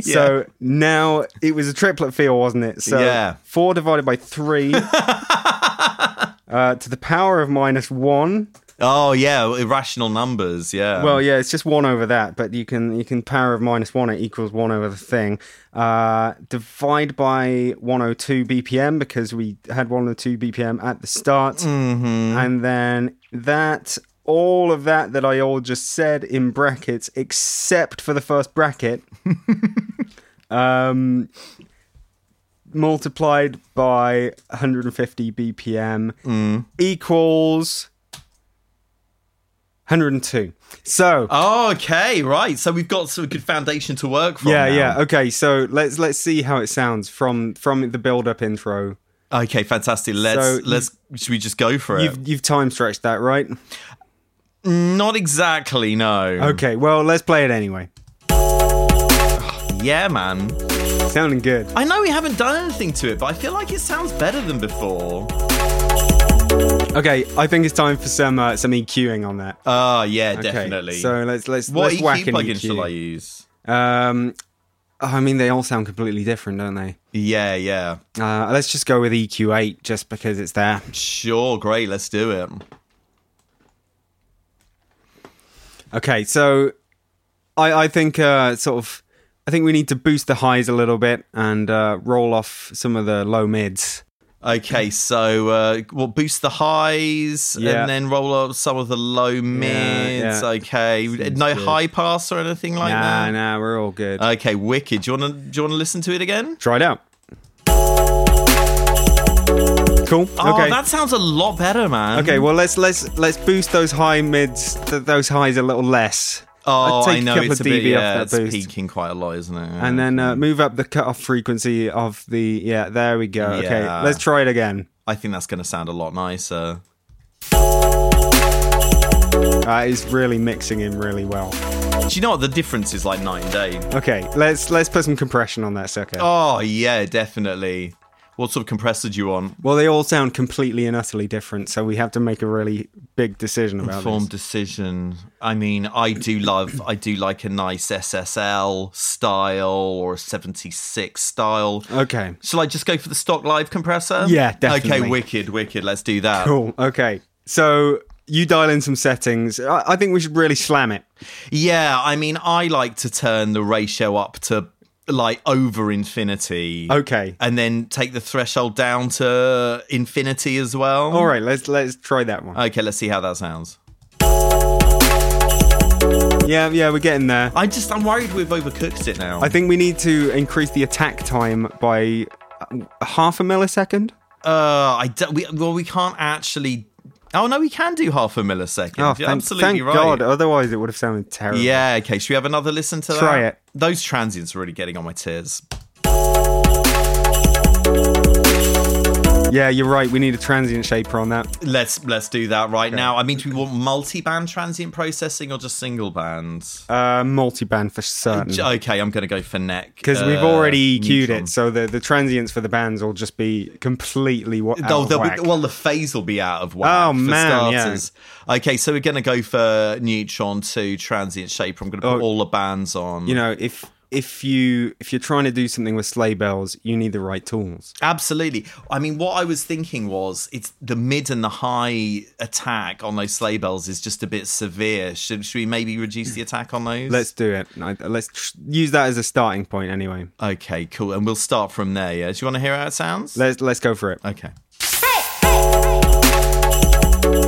Speaker 1: so now it was a triplet feel wasn't it so
Speaker 2: Yeah.
Speaker 1: 4 divided by 3 uh, to the power of minus 1
Speaker 2: Oh, yeah, irrational numbers, yeah.
Speaker 1: well, yeah, it's just one over that, but you can you can power of minus one. It equals one over the thing. Uh, divide by 102 BPM because we had 102 BPM at the start, and then that all of that that I all just said in brackets, except for the first bracket, um, multiplied by 150 BPM equals 102. So.
Speaker 2: Oh, okay, right. So we've got some good foundation to work from.
Speaker 1: yeah,
Speaker 2: now.
Speaker 1: yeah. Okay, so let's let's see how it sounds from from the build up intro.
Speaker 2: Okay, fantastic. Let's
Speaker 1: So
Speaker 2: let's should we just go for it?
Speaker 1: You've you've time stretched that, right?
Speaker 2: Not exactly, no.
Speaker 1: Okay, well, let's play it anyway.
Speaker 2: Yeah, man.
Speaker 1: Sounding good.
Speaker 2: I know we haven't done anything to it, but I feel like it sounds better than before.
Speaker 1: Okay, I think it's time for some uh, some EQing on that.
Speaker 2: Oh, yeah,
Speaker 1: Okay,
Speaker 2: definitely.
Speaker 1: So let's let's
Speaker 2: what
Speaker 1: let's whack
Speaker 2: EQ
Speaker 1: an E
Speaker 2: plugin
Speaker 1: EQ.
Speaker 2: shall I use?
Speaker 1: Um, I mean, they all sound completely different, don't they?
Speaker 2: Yeah, yeah.
Speaker 1: Uh, let's just go with EQ8 just because it's there.
Speaker 2: Sure, great. Let's do it.
Speaker 1: Okay, so I I think uh, sort of I think we need to boost the highs a little bit and uh, roll off some of the low mids. (laughs)
Speaker 2: Okay, so uh, we'll boost the highs
Speaker 1: Yeah.
Speaker 2: and then roll up some of the low mids.
Speaker 1: yeah.
Speaker 2: Okay, no
Speaker 1: good.
Speaker 2: high pass or anything like
Speaker 1: Nah,
Speaker 2: that.
Speaker 1: nah, we're all good.
Speaker 2: Okay, wicked. Do you want to do you want to listen to it again?
Speaker 1: Try it out. Cool.
Speaker 2: Oh,
Speaker 1: okay.
Speaker 2: that sounds a lot better, man.
Speaker 1: Okay, well let's let's let's boost those high mids, th- those highs a little less,
Speaker 2: Oh,
Speaker 1: I'd take
Speaker 2: I
Speaker 1: a
Speaker 2: know
Speaker 1: couple
Speaker 2: it's a
Speaker 1: of
Speaker 2: bit,
Speaker 1: dB off
Speaker 2: yeah,
Speaker 1: that
Speaker 2: it's
Speaker 1: boost.
Speaker 2: peaking quite a lot, isn't it? Yeah.
Speaker 1: and then uh, move up the cutoff frequency of the. Yeah, there we go. Okay,
Speaker 2: Yeah.
Speaker 1: let's try it again.
Speaker 2: I think that's going to sound a lot nicer.
Speaker 1: Uh, it's really mixing in really well.
Speaker 2: Do you know what the difference is like night and day?
Speaker 1: Okay, let's let's put some compression on that circuit.
Speaker 2: Oh yeah, definitely. What sort of compressor do you want?
Speaker 1: Well, they all sound completely and utterly different, so we have to make a really big decision about
Speaker 2: Informed
Speaker 1: this.
Speaker 2: decision. I mean, I do love, I do like a nice SSL style or a 76 style.
Speaker 1: Okay.
Speaker 2: Shall I just go for the stock live compressor?
Speaker 1: Oh. Yeah, definitely.
Speaker 2: Okay, wicked, wicked. Let's do that.
Speaker 1: Cool. Okay. So you dial in some settings. I, I think we should really slam it.
Speaker 2: Yeah, I mean, I like to turn the ratio up to like over infinity.
Speaker 1: Okay.
Speaker 2: and then take the threshold down to infinity as well.
Speaker 1: All right. Let's let's try that one.
Speaker 2: Okay, let's see how that sounds.
Speaker 1: Yeah, yeah, we're getting there.
Speaker 2: I just I'm worried we've overcooked it now.
Speaker 1: I think we need to increase the attack time by uh, half a millisecond.
Speaker 2: uh, I d- we, well we can't actually Oh no, we can do half a millisecond.
Speaker 1: Oh, thank,
Speaker 2: You're absolutely
Speaker 1: thank
Speaker 2: right.
Speaker 1: God. Uh, Otherwise, it would have sounded terrible.
Speaker 2: Yeah, okay. Should we have another listen to that?
Speaker 1: Try it.
Speaker 2: Those transients are really getting on my tears.
Speaker 1: Yeah, you're right. We need a transient shaper on that.
Speaker 2: Let's let's do that right now. I mean, do we want multi-band transient processing or just single band?
Speaker 1: Uh, Multi band for certain.
Speaker 2: J- okay, I'm going to go for neck
Speaker 1: Because Mm. we've
Speaker 2: uh,
Speaker 1: already queued
Speaker 2: neutron.
Speaker 1: it, so the, the transients for the bands will just be completely what.
Speaker 2: They'll-
Speaker 1: out of
Speaker 2: they'll be-
Speaker 1: whack.
Speaker 2: well, Oh, the phase will be out of whack.
Speaker 1: Oh,
Speaker 2: for
Speaker 1: man, yeah.
Speaker 2: starters. Okay, so we're going to go for neutron to transient shaper. I'm going to put
Speaker 1: Oh.
Speaker 2: all the bands on.
Speaker 1: you know, if if you if you're trying to do something with sleigh bells, you need the right tools.
Speaker 2: Absolutely. I mean, what I was thinking was it's the mid and the high attack on those sleigh bells is just a bit severe. Should, should we maybe reduce the attack on those?
Speaker 1: Let's do it. I- Let's tr- use that as a starting point, anyway.
Speaker 2: Okay, cool. And we'll start from there. Yeah. Do you want to hear how it sounds?
Speaker 1: Let's let's go for it.
Speaker 2: okay.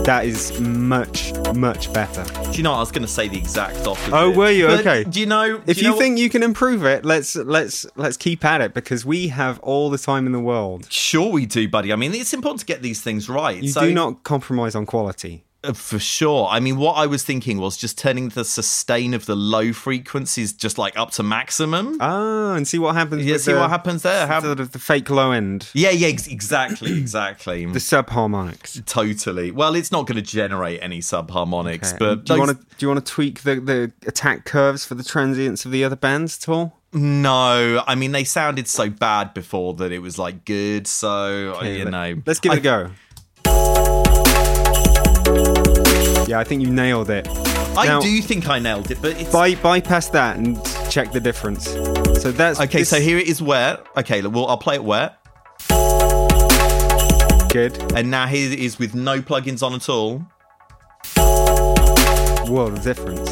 Speaker 1: That is much much better.
Speaker 2: Do you know? what? I was going to say the exact opposite.
Speaker 1: Oh, were you?
Speaker 2: But
Speaker 1: Okay.
Speaker 2: Do you know?
Speaker 1: If
Speaker 2: do know
Speaker 1: you
Speaker 2: what-
Speaker 1: think you can improve it, let's let's let's keep at it because we have all the time in the world.
Speaker 2: Sure, we do, buddy. I mean, it's important to get these things right.
Speaker 1: You
Speaker 2: so,
Speaker 1: do not compromise on quality.
Speaker 2: Uh, For sure. I mean, what I was thinking was just turning the sustain of the low frequencies just like up to maximum.
Speaker 1: Ah, and see what happens.
Speaker 2: yeah,
Speaker 1: with
Speaker 2: see
Speaker 1: the,
Speaker 2: what happens there. How-
Speaker 1: Sort of the fake low end,
Speaker 2: yeah, yeah,
Speaker 1: (clears throat)
Speaker 2: ex- exactly, exactly.
Speaker 1: the subharmonics.
Speaker 2: totally. Well, it's not going to generate any subharmonics,
Speaker 1: Okay,
Speaker 2: but
Speaker 1: and do you
Speaker 2: those-
Speaker 1: want to do you want to tweak the, the attack curves for the transients of the other bands at all?
Speaker 2: no. I mean, they sounded so bad before that it was like good. So
Speaker 1: Okay,
Speaker 2: you
Speaker 1: let-
Speaker 2: know,
Speaker 1: Let's give it
Speaker 2: I-
Speaker 1: a go. Yeah, I think you nailed it.
Speaker 2: I
Speaker 1: Now-
Speaker 2: do think I nailed it, but it's
Speaker 1: By, bypass that and check the difference. So that's
Speaker 2: okay.
Speaker 1: this-
Speaker 2: So here it is wet. Okay, well, I'll play it wet,
Speaker 1: good.
Speaker 2: and now here it is with no plugins on at all.
Speaker 1: World of difference.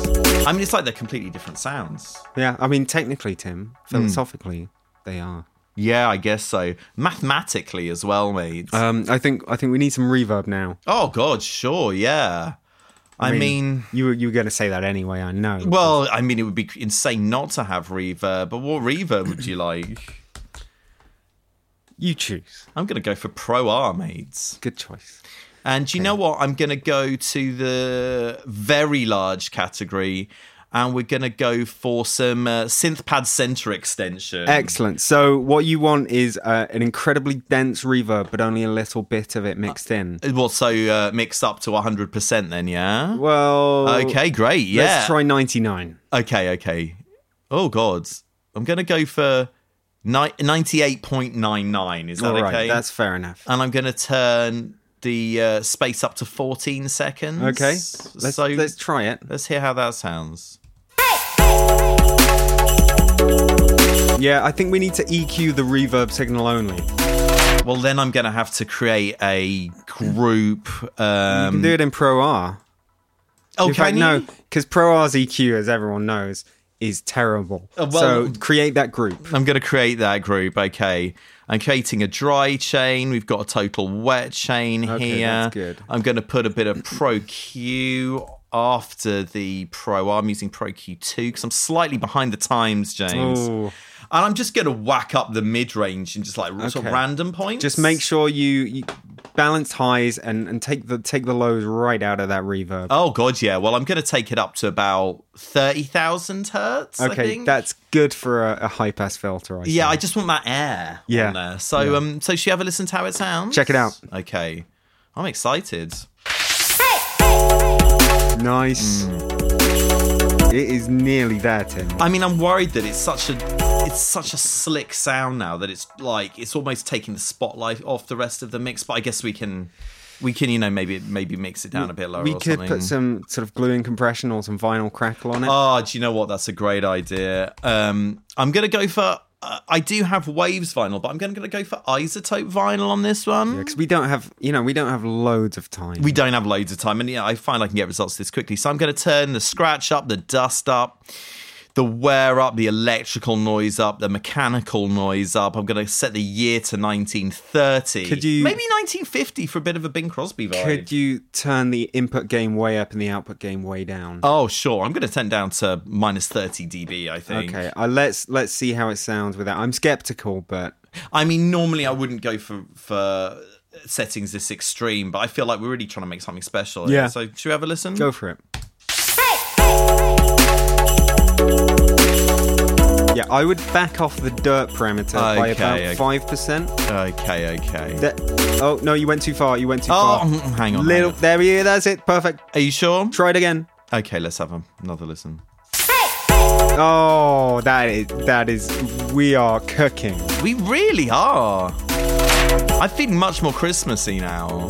Speaker 2: I mean, it's like they're completely different sounds.
Speaker 1: Yeah, I mean, technically, Tim,
Speaker 2: Hmm.
Speaker 1: philosophically, they are.
Speaker 2: Yeah, I guess so. Mathematically as well, mate.
Speaker 1: Um, I think I think we need some reverb now.
Speaker 2: oh God, sure, yeah. I, mean,
Speaker 1: you were you were going to say that anyway. I know.
Speaker 2: well, I mean, it would be insane not to have reverb. But what reverb would you like? (coughs)
Speaker 1: you choose.
Speaker 2: I'm gonna go for Pro R, mates.
Speaker 1: Good choice.
Speaker 2: And do you know what? I'm gonna go to the very large category, and we're gonna go for some uh, synthpad center extension.
Speaker 1: Excellent. So what you want is uh, an incredibly dense reverb, but only a little bit of it mixed in.
Speaker 2: Well, so uh, mixed up to 100, percent then, yeah.
Speaker 1: Well,
Speaker 2: okay, great. Yeah.
Speaker 1: Let's try ninety nine.
Speaker 2: Okay, okay. Oh God, I'm gonna go for ninety eight point nine nine. Is that
Speaker 1: All right,
Speaker 2: okay?
Speaker 1: that's fair enough.
Speaker 2: And I'm gonna turn the uh, space up to fourteen seconds.
Speaker 1: Okay, let's
Speaker 2: Um, let's so
Speaker 1: let's
Speaker 2: let's,
Speaker 1: try it.
Speaker 2: hear how that sounds.
Speaker 1: Yeah, I think we need to EQ the reverb signal only.
Speaker 2: Well, then I'm gonna have to create a group.
Speaker 1: You can
Speaker 2: Um,
Speaker 1: do it in Pro R.
Speaker 2: oh,
Speaker 1: In fact,
Speaker 2: can you?
Speaker 1: no, because Pro R's EQ, as everyone knows, is terrible.
Speaker 2: Uh, well-
Speaker 1: so create that group.
Speaker 2: I'm going to create that group. Okay. I'm creating a dry chain. We've got a total wet chain
Speaker 1: Okay,
Speaker 2: here.
Speaker 1: that's good.
Speaker 2: I'm going to put a bit of Pro Q after the Pro R. I'm using Pro Q2 because I'm slightly behind the times, James.
Speaker 1: Ooh.
Speaker 2: And I'm just going to whack up the mid range and just like sort
Speaker 1: Okay.
Speaker 2: of random points.
Speaker 1: Just make sure you, you balance highs and, and take the take the lows right out of that reverb.
Speaker 2: Oh, God. Yeah. Well, I'm going to take it up to about 30,000 hertz. I
Speaker 1: okay,
Speaker 2: think.
Speaker 1: that's good for a, a high pass filter. I
Speaker 2: Yeah, I
Speaker 1: think.
Speaker 2: just want that air
Speaker 1: Yeah.
Speaker 2: on there. So um so should you have a listen to how it sounds?
Speaker 1: Check it out.
Speaker 2: Okay. I'm excited.
Speaker 1: nice.
Speaker 2: Mm.
Speaker 1: It is nearly there, Tim.
Speaker 2: I mean, I'm worried that it's such a it's such a slick sound now that it's like it's almost taking the spotlight off the rest of the mix, but I guess we can we can, you know, maybe maybe mix it down a bit lower
Speaker 1: we
Speaker 2: or
Speaker 1: could
Speaker 2: something.
Speaker 1: put some sort of glue and compression or some vinyl crackle on it.
Speaker 2: Oh, do you know what? That's a great idea. Um, I'm gonna go for. Uh, I do have waves vinyl, but I'm gonna, gonna go for isotope vinyl on this one.
Speaker 1: because we don't have, you know, we don't have loads of time.
Speaker 2: we don't have loads of time, and yeah, I find I can get results this quickly. So I'm going to turn the scratch up, the dust up, the wear up, the electrical noise up, the mechanical noise up. I'm going to set the year to 1930.
Speaker 1: Could you-
Speaker 2: maybe 1950 for a bit of a Bing Crosby vibe?
Speaker 1: Could you turn the input gain way up and the output gain way down?
Speaker 2: Oh, sure. I'm going to turn down to minus 30 dB. I think.
Speaker 1: Okay, uh, let's let's see how it sounds with that. I'm skeptical, but
Speaker 2: I mean, normally I wouldn't go for for settings this extreme, but I feel like we're really trying to make something special.
Speaker 1: Yeah.
Speaker 2: So should we have a listen?
Speaker 1: Go for it. Yeah, I would back off the dirt parameter by
Speaker 2: Okay, okay.
Speaker 1: about five percent.
Speaker 2: Okay, okay.
Speaker 1: oh no, you went too far. You went too
Speaker 2: oh,
Speaker 1: far.
Speaker 2: mm, hang on.
Speaker 1: Little,
Speaker 2: hang on.
Speaker 1: there we go. That's it. Perfect.
Speaker 2: Are you sure?
Speaker 1: Try it again.
Speaker 2: Okay, let's have another listen.
Speaker 1: Oh, that is that is. We are cooking.
Speaker 2: We really are. I feel much more Christmassy now.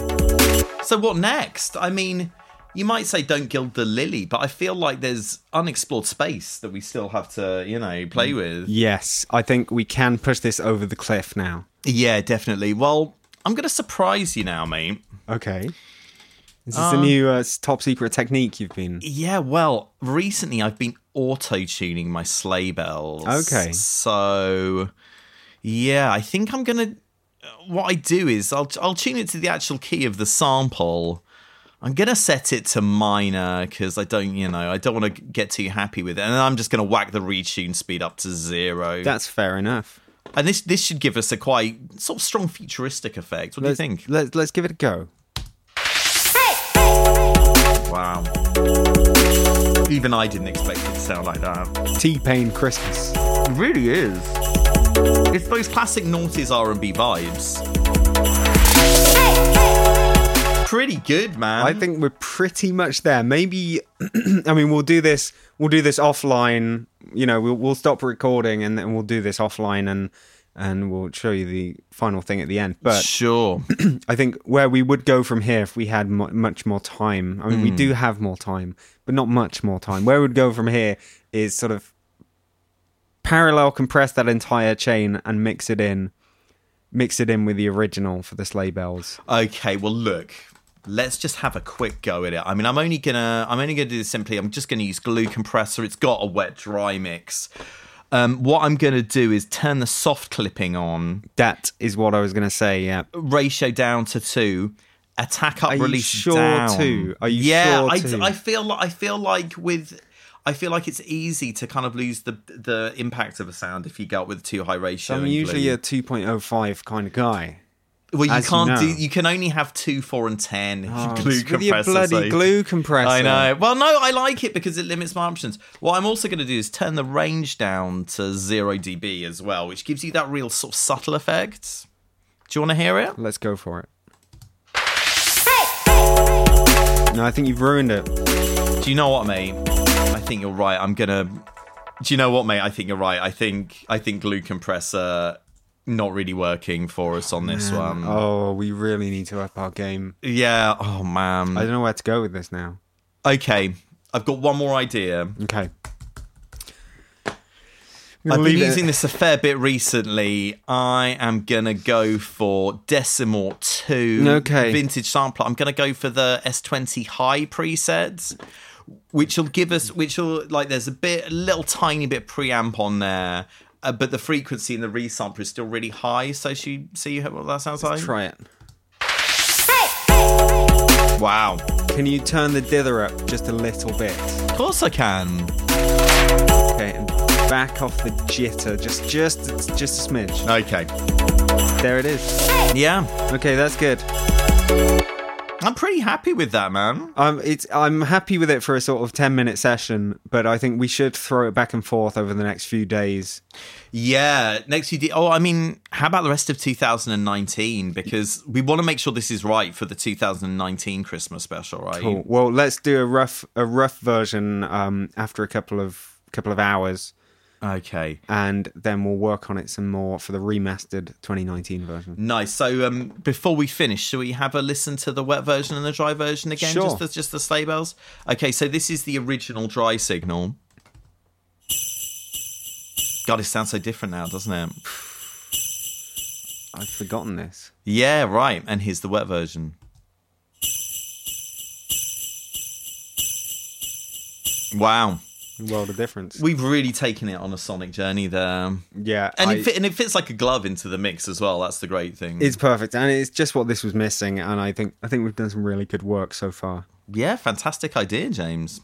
Speaker 2: So what next? I mean, you might say don't gild the lily, but I feel like there's unexplored space that we still have to, you know, play with.
Speaker 1: Yes, I think we can push this over the cliff now.
Speaker 2: Yeah, definitely. Well, I'm gonna surprise you now, mate.
Speaker 1: Okay. Is this a new uh, top secret technique you've been?
Speaker 2: Yeah, well, recently I've been auto tuning my sleigh bells.
Speaker 1: Okay.
Speaker 2: So, yeah, I think I'm going to. What I do is I'll, I'll tune it to the actual key of the sample. I'm going to set it to minor because I don't, you know, I don't want to get too happy with it. And then I'm just going to whack the retune speed up to zero.
Speaker 1: That's fair enough.
Speaker 2: and this this should give us a quite sort of strong futuristic effect. What do you
Speaker 1: Let's,
Speaker 2: think?
Speaker 1: Let's let's give it a go.
Speaker 2: Wow. Even I didn't expect it to sound like that.
Speaker 1: T Pain Christmas.
Speaker 2: really is. It's those classic noughties R&B vibes. Pretty good, man.
Speaker 1: I think we're pretty much there. Maybe (clears throat) I mean we'll do this we'll do this offline. You know, we'll we'll stop recording and then we'll do this offline and and we'll show you the final thing at the end. But
Speaker 2: sure.
Speaker 1: I think where we would go from here if we had mu much more time. I mean,
Speaker 2: Hmm.
Speaker 1: we do have more time, but not much more time. Where we'd go from here is sort of parallel compress that entire chain and mix it in, mix it in with the original for the sleigh bells.
Speaker 2: okay, well look. Let's just have a quick go at it. I mean, I'm only gonna, I'm only gonna do this simply. I'm just gonna use glue compressor. It's got a wet dry mix. Um, what I'm gonna do is turn the soft clipping on,
Speaker 1: That is what I was going to say. Yeah.
Speaker 2: ratio down to two. Attack up,
Speaker 1: Are you
Speaker 2: release
Speaker 1: sure
Speaker 2: down.
Speaker 1: too? Are you
Speaker 2: yeah,
Speaker 1: sure
Speaker 2: I,
Speaker 1: too?
Speaker 2: I feel like I feel like with I feel like it's easy to kind of lose the the impact of a sound if you go up with too high ratio.
Speaker 1: I'm
Speaker 2: and
Speaker 1: usually
Speaker 2: glue.
Speaker 1: a 2.05 kind of guy.
Speaker 2: well, you
Speaker 1: as you
Speaker 2: can't
Speaker 1: know. Oh,
Speaker 2: do. You can only have two, four, and ten if you glue
Speaker 1: It's with
Speaker 2: compressor.
Speaker 1: your bloody
Speaker 2: so-
Speaker 1: glue compressor.
Speaker 2: I know. Well, no, I like it because it limits my options. What I'm also going to do is turn the range down to zero dB as well, which gives you that real sort of subtle effect. Do you want to hear it?
Speaker 1: Let's go for it. No, I think you've ruined it.
Speaker 2: Do you know what, mate? I think you're right. I'm gonna. Do you know what, mate? I think you're right. I think I think glue compressor not really working for us on this one.
Speaker 1: Oh, we really need to up our game.
Speaker 2: Yeah. Oh
Speaker 1: I
Speaker 2: man.
Speaker 1: don't know where to go with this now.
Speaker 2: Okay. I've got one more idea.
Speaker 1: Okay.
Speaker 2: I've been using this a fair bit recently. I am gonna go for Decimal Two.
Speaker 1: Okay.
Speaker 2: Vintage sampler. I'm gonna go for the S20 High presets, which will give us, which will like, there's a bit, a little tiny bit preamp on there, uh, but the frequency in the resampler is still really high. So should you see what that sounds like?
Speaker 1: Try it.
Speaker 2: Wow.
Speaker 1: Can you turn the dither up just a little bit?
Speaker 2: Of course I can.
Speaker 1: Okay, and back off the jitter, just just just a smidge.
Speaker 2: Okay.
Speaker 1: There it is.
Speaker 2: Yeah,
Speaker 1: Okay, that's good.
Speaker 2: I'm pretty happy with that, man.
Speaker 1: Um, it's I'm happy with it for a sort of ten minute session, but I think we should throw it back and forth over the next few days.
Speaker 2: Yeah, next few. De- oh, I mean, how about the rest of 2019? Because we want to make sure this is right for the 2019 Christmas special, right?
Speaker 1: Cool. Well, let's do a rough a rough version um, after a couple of couple of hours,
Speaker 2: Okay,
Speaker 1: and then we'll work on it some more for the remastered 2019 version.
Speaker 2: nice. So, um, before we finish, should we have a listen to the wet version and the dry version again?
Speaker 1: Sure.
Speaker 2: Just the, just the sleigh bells. Okay, so this is the original dry signal. God, it sounds so different now, doesn't it?
Speaker 1: I've forgotten this.
Speaker 2: Yeah, right. And here's the wet version. Wow.
Speaker 1: World of difference.
Speaker 2: We've really taken it on a sonic journey there. And,
Speaker 1: yeah, I-
Speaker 2: it fit, and it fits like a glove into the mix as well. That's the great thing.
Speaker 1: it's perfect, and it's just what this was missing. And I think I think we've done some really good work so far.
Speaker 2: yeah, fantastic idea, James.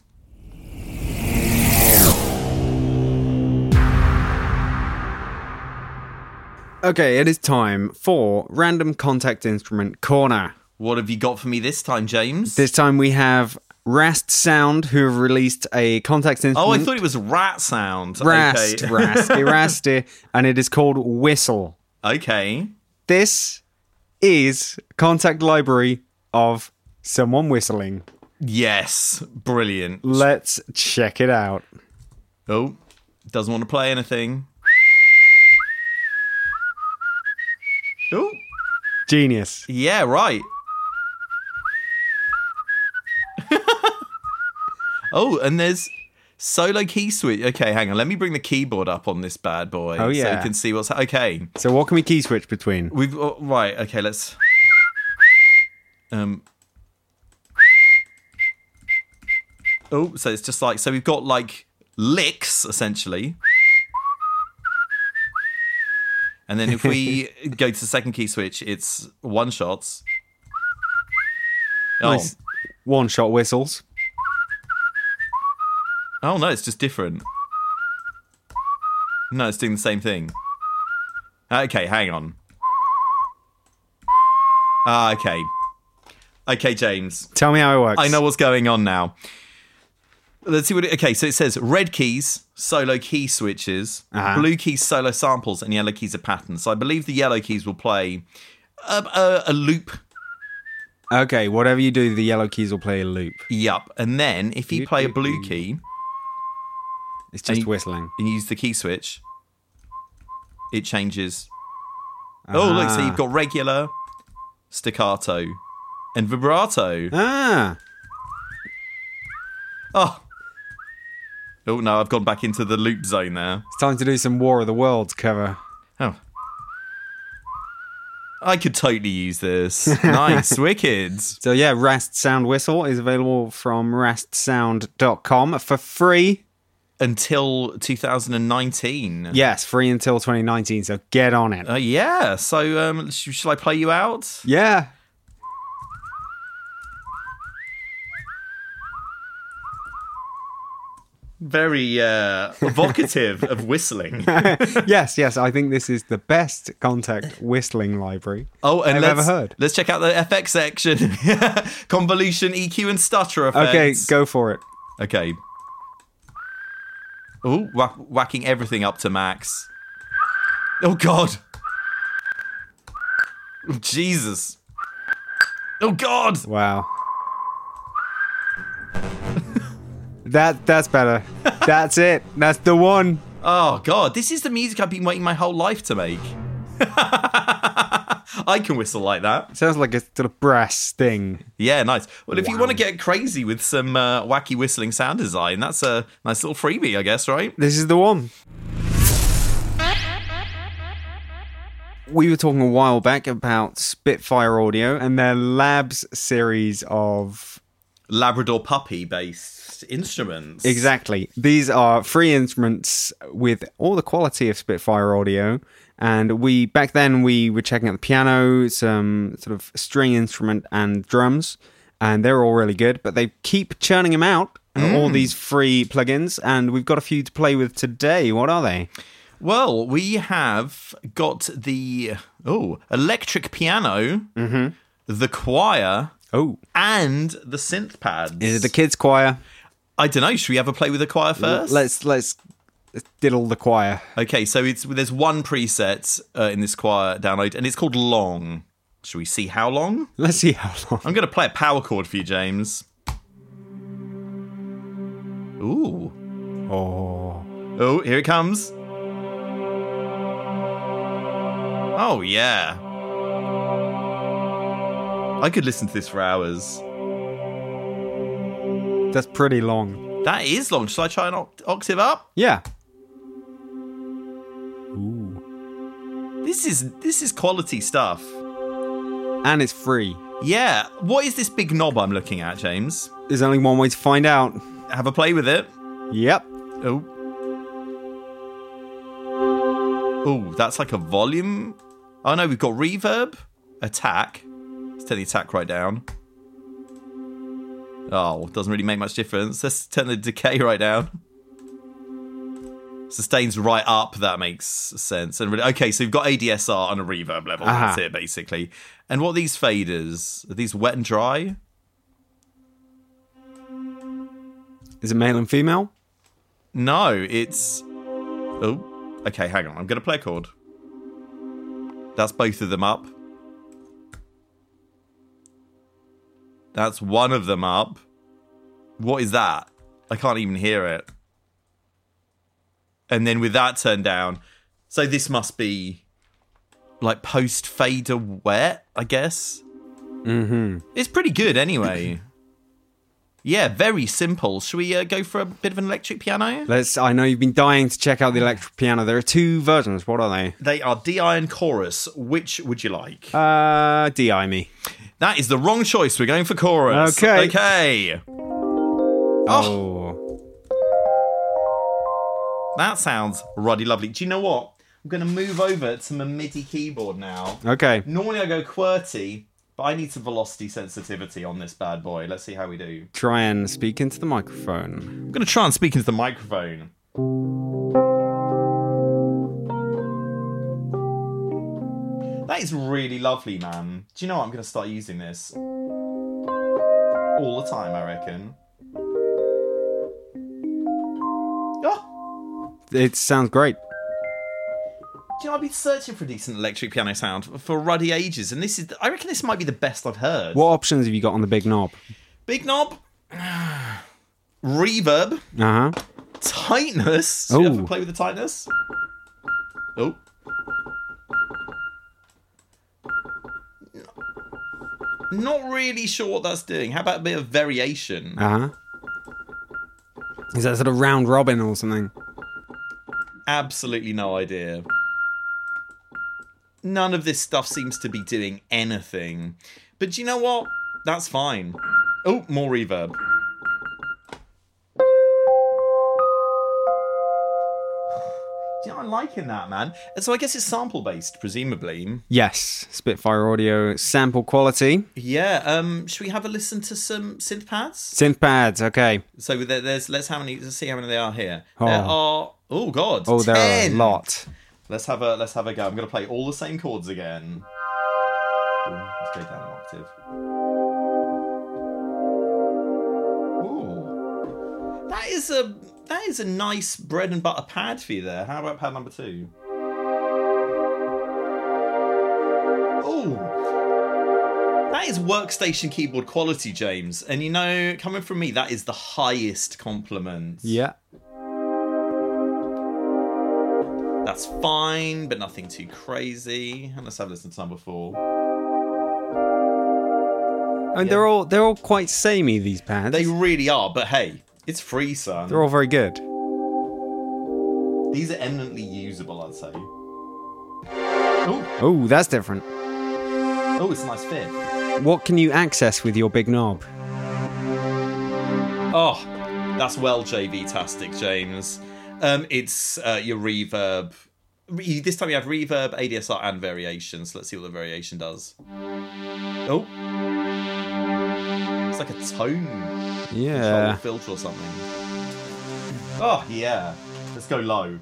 Speaker 1: Okay, it is time for Random Contact Instrument Corner.
Speaker 2: What have you got for me this time, James?
Speaker 1: This time we have Rast Sound, who have released a contact instrument.
Speaker 2: oh, I thought it was rat sound.
Speaker 1: Rast,
Speaker 2: Okay.
Speaker 1: Rasty, Rasty, and it is called Whistle.
Speaker 2: (laughs) okay.
Speaker 1: This is Contact Library of Someone Whistling.
Speaker 2: Yes. Brilliant.
Speaker 1: Let's check it out.
Speaker 2: Oh, doesn't want to play anything. Oh,
Speaker 1: Genius.
Speaker 2: yeah, right. (laughs) oh, and there's solo key switch. Okay, hang on. Let me bring the keyboard up on this bad boy.
Speaker 1: Oh,
Speaker 2: so
Speaker 1: yeah.
Speaker 2: you can see what's okay.
Speaker 1: So, what can we key switch between?
Speaker 2: We've oh, right. Okay, let's. Um. Oh, so it's just like so we've got like licks essentially. And then if we go to the second key switch, it's one shots. Oh.
Speaker 1: Nice. One shot whistles.
Speaker 2: oh no, it's just different. No, it's doing the same thing. Okay, hang on. Ah, okay. Okay, James.
Speaker 1: Tell me how it works.
Speaker 2: I know what's going on now. Let's see what it. Okay, so it says red keys, solo key switches,
Speaker 1: Uh-huh.
Speaker 2: blue keys, solo samples, and yellow keys are patterns. So I believe the yellow keys will play a, a, a loop.
Speaker 1: Okay, whatever you do, the yellow keys will play a loop.
Speaker 2: Yup. And then if you
Speaker 1: Loop,
Speaker 2: play a
Speaker 1: loop,
Speaker 2: blue
Speaker 1: loop.
Speaker 2: key
Speaker 1: It's just
Speaker 2: you-
Speaker 1: whistling.
Speaker 2: and use the key switch, it changes. Oh, look, so
Speaker 1: Ah.
Speaker 2: you've got regular, staccato, and vibrato.
Speaker 1: Ah,
Speaker 2: Oh. Oh, no, I've gone back into the loop zone there.
Speaker 1: it's time to do some War of the Worlds cover.
Speaker 2: Oh. I could totally
Speaker 1: (laughs)
Speaker 2: use this. Nice, wicked.
Speaker 1: So yeah, Rast Sound Whistle is available from rastsound.com for free.
Speaker 2: Until 2019.
Speaker 1: Yes, free until 2019, so get on it.
Speaker 2: Uh, yeah. So, um, sh- shall I play you out?
Speaker 1: yeah.
Speaker 2: Very uh, evocative
Speaker 1: (laughs)
Speaker 2: of whistling.
Speaker 1: Yes, yes, I think this is the best contact whistling library.
Speaker 2: (laughs) Oh, and
Speaker 1: I've
Speaker 2: let's,
Speaker 1: ever heard.
Speaker 2: Let's check out the FX section: (laughs) convolution, EQ, and stutter effects.
Speaker 1: Okay, go for it.
Speaker 2: Okay. Oh, wha- whacking everything up to max. Oh God. Oh, Jesus. Oh God.
Speaker 1: Wow. that that's better. That's it. That's the one.
Speaker 2: Oh God. This is the music I've been waiting my whole life to make. (laughs) I can whistle like that.
Speaker 1: Sounds like a sort of brass sting.
Speaker 2: Yeah, nice. Well, if you want to get crazy with some uh, wacky whistling sound design, that's a nice little freebie, I guess, right?
Speaker 1: This is the one. We were talking a while back about Spitfire Audio and their Labs series of.
Speaker 2: Labrador puppy based instruments.
Speaker 1: Exactly. These are free instruments with all the quality of Spitfire Audio. And we, back then, we were checking out the piano, some sort of string instrument, and drums. And they're all really good, but they keep churning them out, all these free plugins. And we've got a few to play with today. What are they?
Speaker 2: Well, we have got the oh electric piano,
Speaker 1: Mm-hmm.
Speaker 2: the choir,
Speaker 1: Oh.
Speaker 2: and the synth pads.
Speaker 1: Is it the kids' choir?
Speaker 2: I don't know. Should we have a play with the choir
Speaker 1: L-
Speaker 2: first?
Speaker 1: Let's let's diddle the choir.
Speaker 2: Okay, so it's there's one preset uh, in this choir download, and it's called Long. Should we see how long?
Speaker 1: Let's see how long.
Speaker 2: I'm going to play a power chord for you, James. Ooh.
Speaker 1: Oh,
Speaker 2: Oh, here it comes. Oh, yeah. I could listen to this for hours.
Speaker 1: that's pretty long.
Speaker 2: That is long. Shall I try an oct- octave up?
Speaker 1: Yeah. Ooh.
Speaker 2: This is this is quality stuff.
Speaker 1: And it's free.
Speaker 2: Yeah. What is this big knob I'm looking at, James?
Speaker 1: There's only one way to find out.
Speaker 2: Have a play with it.
Speaker 1: Yep.
Speaker 2: Oh. Oh, that's like a volume. Oh no, we've got reverb, attack. Let's turn the attack right down. Oh, doesn't really make much difference. Let's turn the decay right down. Sustains right up. That makes sense. And really, okay, so you've got ADSR on a reverb level. That's
Speaker 1: Uh-huh.
Speaker 2: it, basically. And what are these faders? Are these wet and dry?
Speaker 1: Is it male and female?
Speaker 2: No, it's. Oh, okay. Hang on. I'm going to play a chord. That's both of them up. That's one of them up. What is that? I can't even hear it. And then with that turned down, so this must be like post fader wet, I guess. Mm-hmm. It's pretty good anyway. (laughs) yeah, very simple. Should we uh, go for a bit of an electric piano?
Speaker 1: Let's. I know you've been dying to check out the electric piano. There are two versions. What are they?
Speaker 2: They are DI and Chorus. Which would you like?
Speaker 1: Uh, DI me.
Speaker 2: that is the wrong choice. We're going for Chorus.
Speaker 1: Okay.
Speaker 2: Okay.
Speaker 1: Oh.
Speaker 2: That sounds ruddy lovely. Do you know what? I'm going to move over to my MIDI keyboard now.
Speaker 1: Okay.
Speaker 2: Normally I go QWERTY, but I need some velocity sensitivity on this bad boy. Let's see how we do.
Speaker 1: Try and speak into the microphone.
Speaker 2: I'm going to try and speak into the microphone. That is really lovely, man. Do you know what? I'm going to start using this all the time, I reckon. Oh,
Speaker 1: It sounds great.
Speaker 2: do you know, I've been searching for a decent electric piano sound for ruddy ages, and this is, I reckon this might be the best I've heard.
Speaker 1: What options have you got on the big knob?
Speaker 2: Big knob, (sighs) reverb,
Speaker 1: Uh huh.
Speaker 2: tightness. Should we have
Speaker 1: Ooh.
Speaker 2: a play with the tightness? Oh. Not really sure what that's doing. How about a bit of variation?
Speaker 1: Uh huh. Is that sort of round robin or something?
Speaker 2: Absolutely no idea. None of this stuff seems to be doing anything. But do you know what? That's fine. Oh, more reverb. (sighs) Yeah, I'm liking that, man. And So I guess it's sample based, presumably.
Speaker 1: Yes. Spitfire Audio sample quality.
Speaker 2: Yeah. Um. Should we have a listen to some synth pads?
Speaker 1: Synth pads. Okay.
Speaker 2: So there, there's let's how many. Let's see how many there are here.
Speaker 1: Oh.
Speaker 2: There are. Oh God.
Speaker 1: Oh, there are a
Speaker 2: 10.
Speaker 1: lot.
Speaker 2: Let's have a let's have a go. I'm gonna play all the same chords again. Ooh, let's go down an octave. Ooh. That is a that is a nice bread and butter pad for you there. How about pad number two? Ooh. That is workstation keyboard quality, James. And you know, coming from me, that is the highest compliment.
Speaker 1: Yeah.
Speaker 2: That's fine, but nothing too crazy. And let's have a listen to number four.
Speaker 1: And they're all they're all quite samey. These pads.
Speaker 2: They really are, but hey, it's free, son.
Speaker 1: they're all very good.
Speaker 2: These are eminently usable, I'd say. Oh,
Speaker 1: Oh, that's different.
Speaker 2: oh, it's a nice fit.
Speaker 1: What can you access with your big knob?
Speaker 2: Oh, that's well JV-tastic, James. Um, it's uh, your reverb. Re- This time you have reverb, ADSR, and variation. So let's see what the variation does. Oh, it's like a tone
Speaker 1: Yeah.
Speaker 2: filter or something. Oh yeah, let's go low.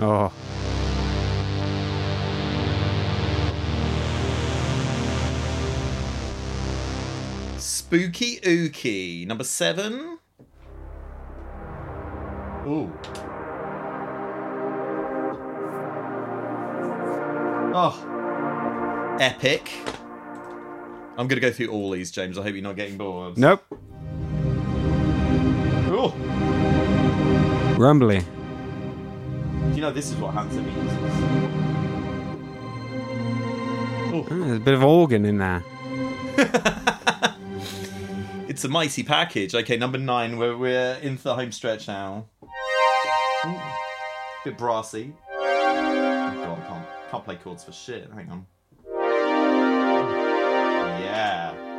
Speaker 1: Oh.
Speaker 2: Spooky Ookie, number seven. Ooh. Oh, epic. I'm gonna go through all these, James. I hope you're not getting bored.
Speaker 1: Nope.
Speaker 2: Ooh.
Speaker 1: Rumbly.
Speaker 2: Do you know this is what Hans Zimmer uses? Ooh.
Speaker 1: Mm, There's a bit of organ in there. (laughs)
Speaker 2: (laughs) It's a mighty package. Okay, number nine. We're we're into the home stretch now. Ooh, bit brassy. Oh God, can't can't play chords for shit. Hang on. Yeah. (laughs)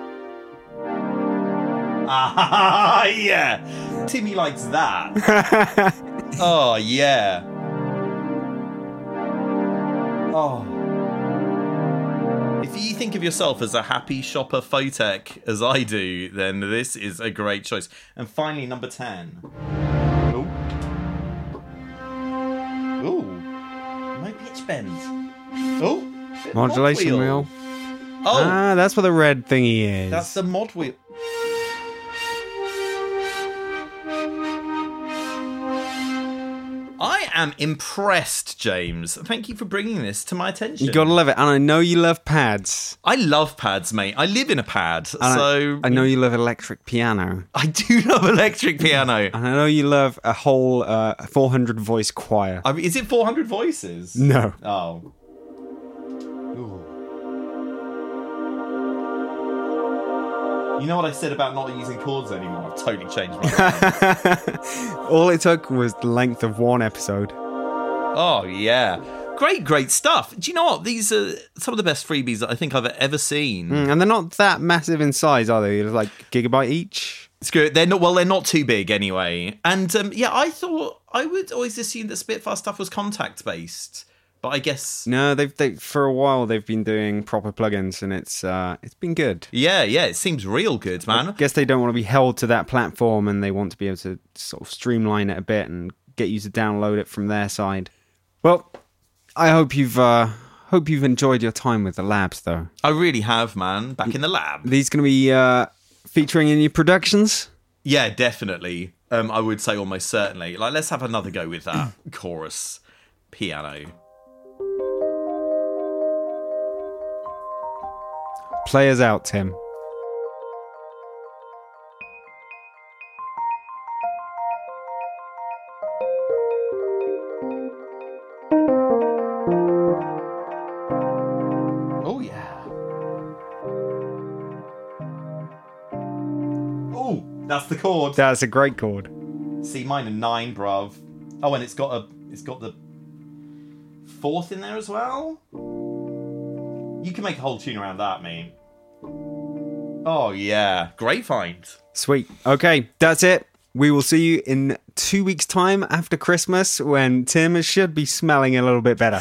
Speaker 2: Ah yeah. Timmy likes that. oh yeah. Oh. If you think of yourself as a happy shopper photech, as I do, then this is a great choice. And finally, number 10. Oh. bend. Oh, bit of
Speaker 1: Modulation
Speaker 2: mod
Speaker 1: wheel.
Speaker 2: Oh,
Speaker 1: Ah, that's what the red thingy is.
Speaker 2: that's the mod wheel. I am impressed, James. Thank you for bringing this to my attention.
Speaker 1: you gotta love it, and I know you love pads.
Speaker 2: I love pads, mate. I live in a pad,
Speaker 1: And I-
Speaker 2: so
Speaker 1: I, know you love electric piano,
Speaker 2: (laughs) I do love electric piano.
Speaker 1: and I know you love a whole uh, 400 voice choir.
Speaker 2: I mean, is it 400 voices?
Speaker 1: no,
Speaker 2: Oh. You know what I said about not using chords anymore? I've totally changed my mind.
Speaker 1: all it took was the length of one episode.
Speaker 2: Oh yeah. Great, great stuff. Do you know what? These are some of the best freebies that I think I've ever seen.
Speaker 1: Mm, And they're not that massive in size, are they? They're Like gigabyte each.
Speaker 2: Screw it. They're not well. They're not too big anyway. And um, yeah, I thought I would always assume that Spitfire stuff was contact based, but I guess
Speaker 1: No, they've they, for a while they've been doing proper plugins, and it's uh, it's been good.
Speaker 2: yeah, yeah, it seems real good, man.
Speaker 1: guess they don't want to be held to that platform and they want to be able to sort of streamline it a bit and get you to download it from their side. Well, I hope you've uh, hope you've enjoyed your time with the labs though.
Speaker 2: I really have, man. Back in the lab.
Speaker 1: Are these going to be uh, featuring in your productions?
Speaker 2: Yeah, definitely. Um, I would say almost certainly. Like, let's have another go with that chorus piano.
Speaker 1: Play us out, Tim.
Speaker 2: Oh yeah. Oh, that's the chord.
Speaker 1: That's a great chord.
Speaker 2: C minor nine, bruv. Oh, and it's got a, it's got the fourth in there as well. You can make a whole tune around that, mate. Oh yeah, great find. (laughs)
Speaker 1: Sweet. Okay, that's it. We will see you in two weeks' time after Christmas when Tim should be smelling a little bit better.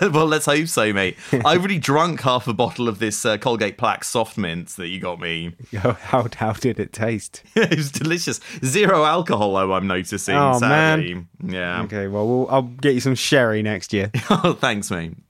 Speaker 1: (laughs)
Speaker 2: well, let's hope so, mate. I already drunk half a bottle of this uh, Colgate Plaque soft mints that you got me. (laughs)
Speaker 1: how, how did it taste?
Speaker 2: it was delicious. Zero alcohol, though, I'm noticing.
Speaker 1: Oh, man.
Speaker 2: sadly. Yeah.
Speaker 1: Okay, well, we'll I'll get you some sherry next year.
Speaker 2: (laughs) oh, thanks, mate.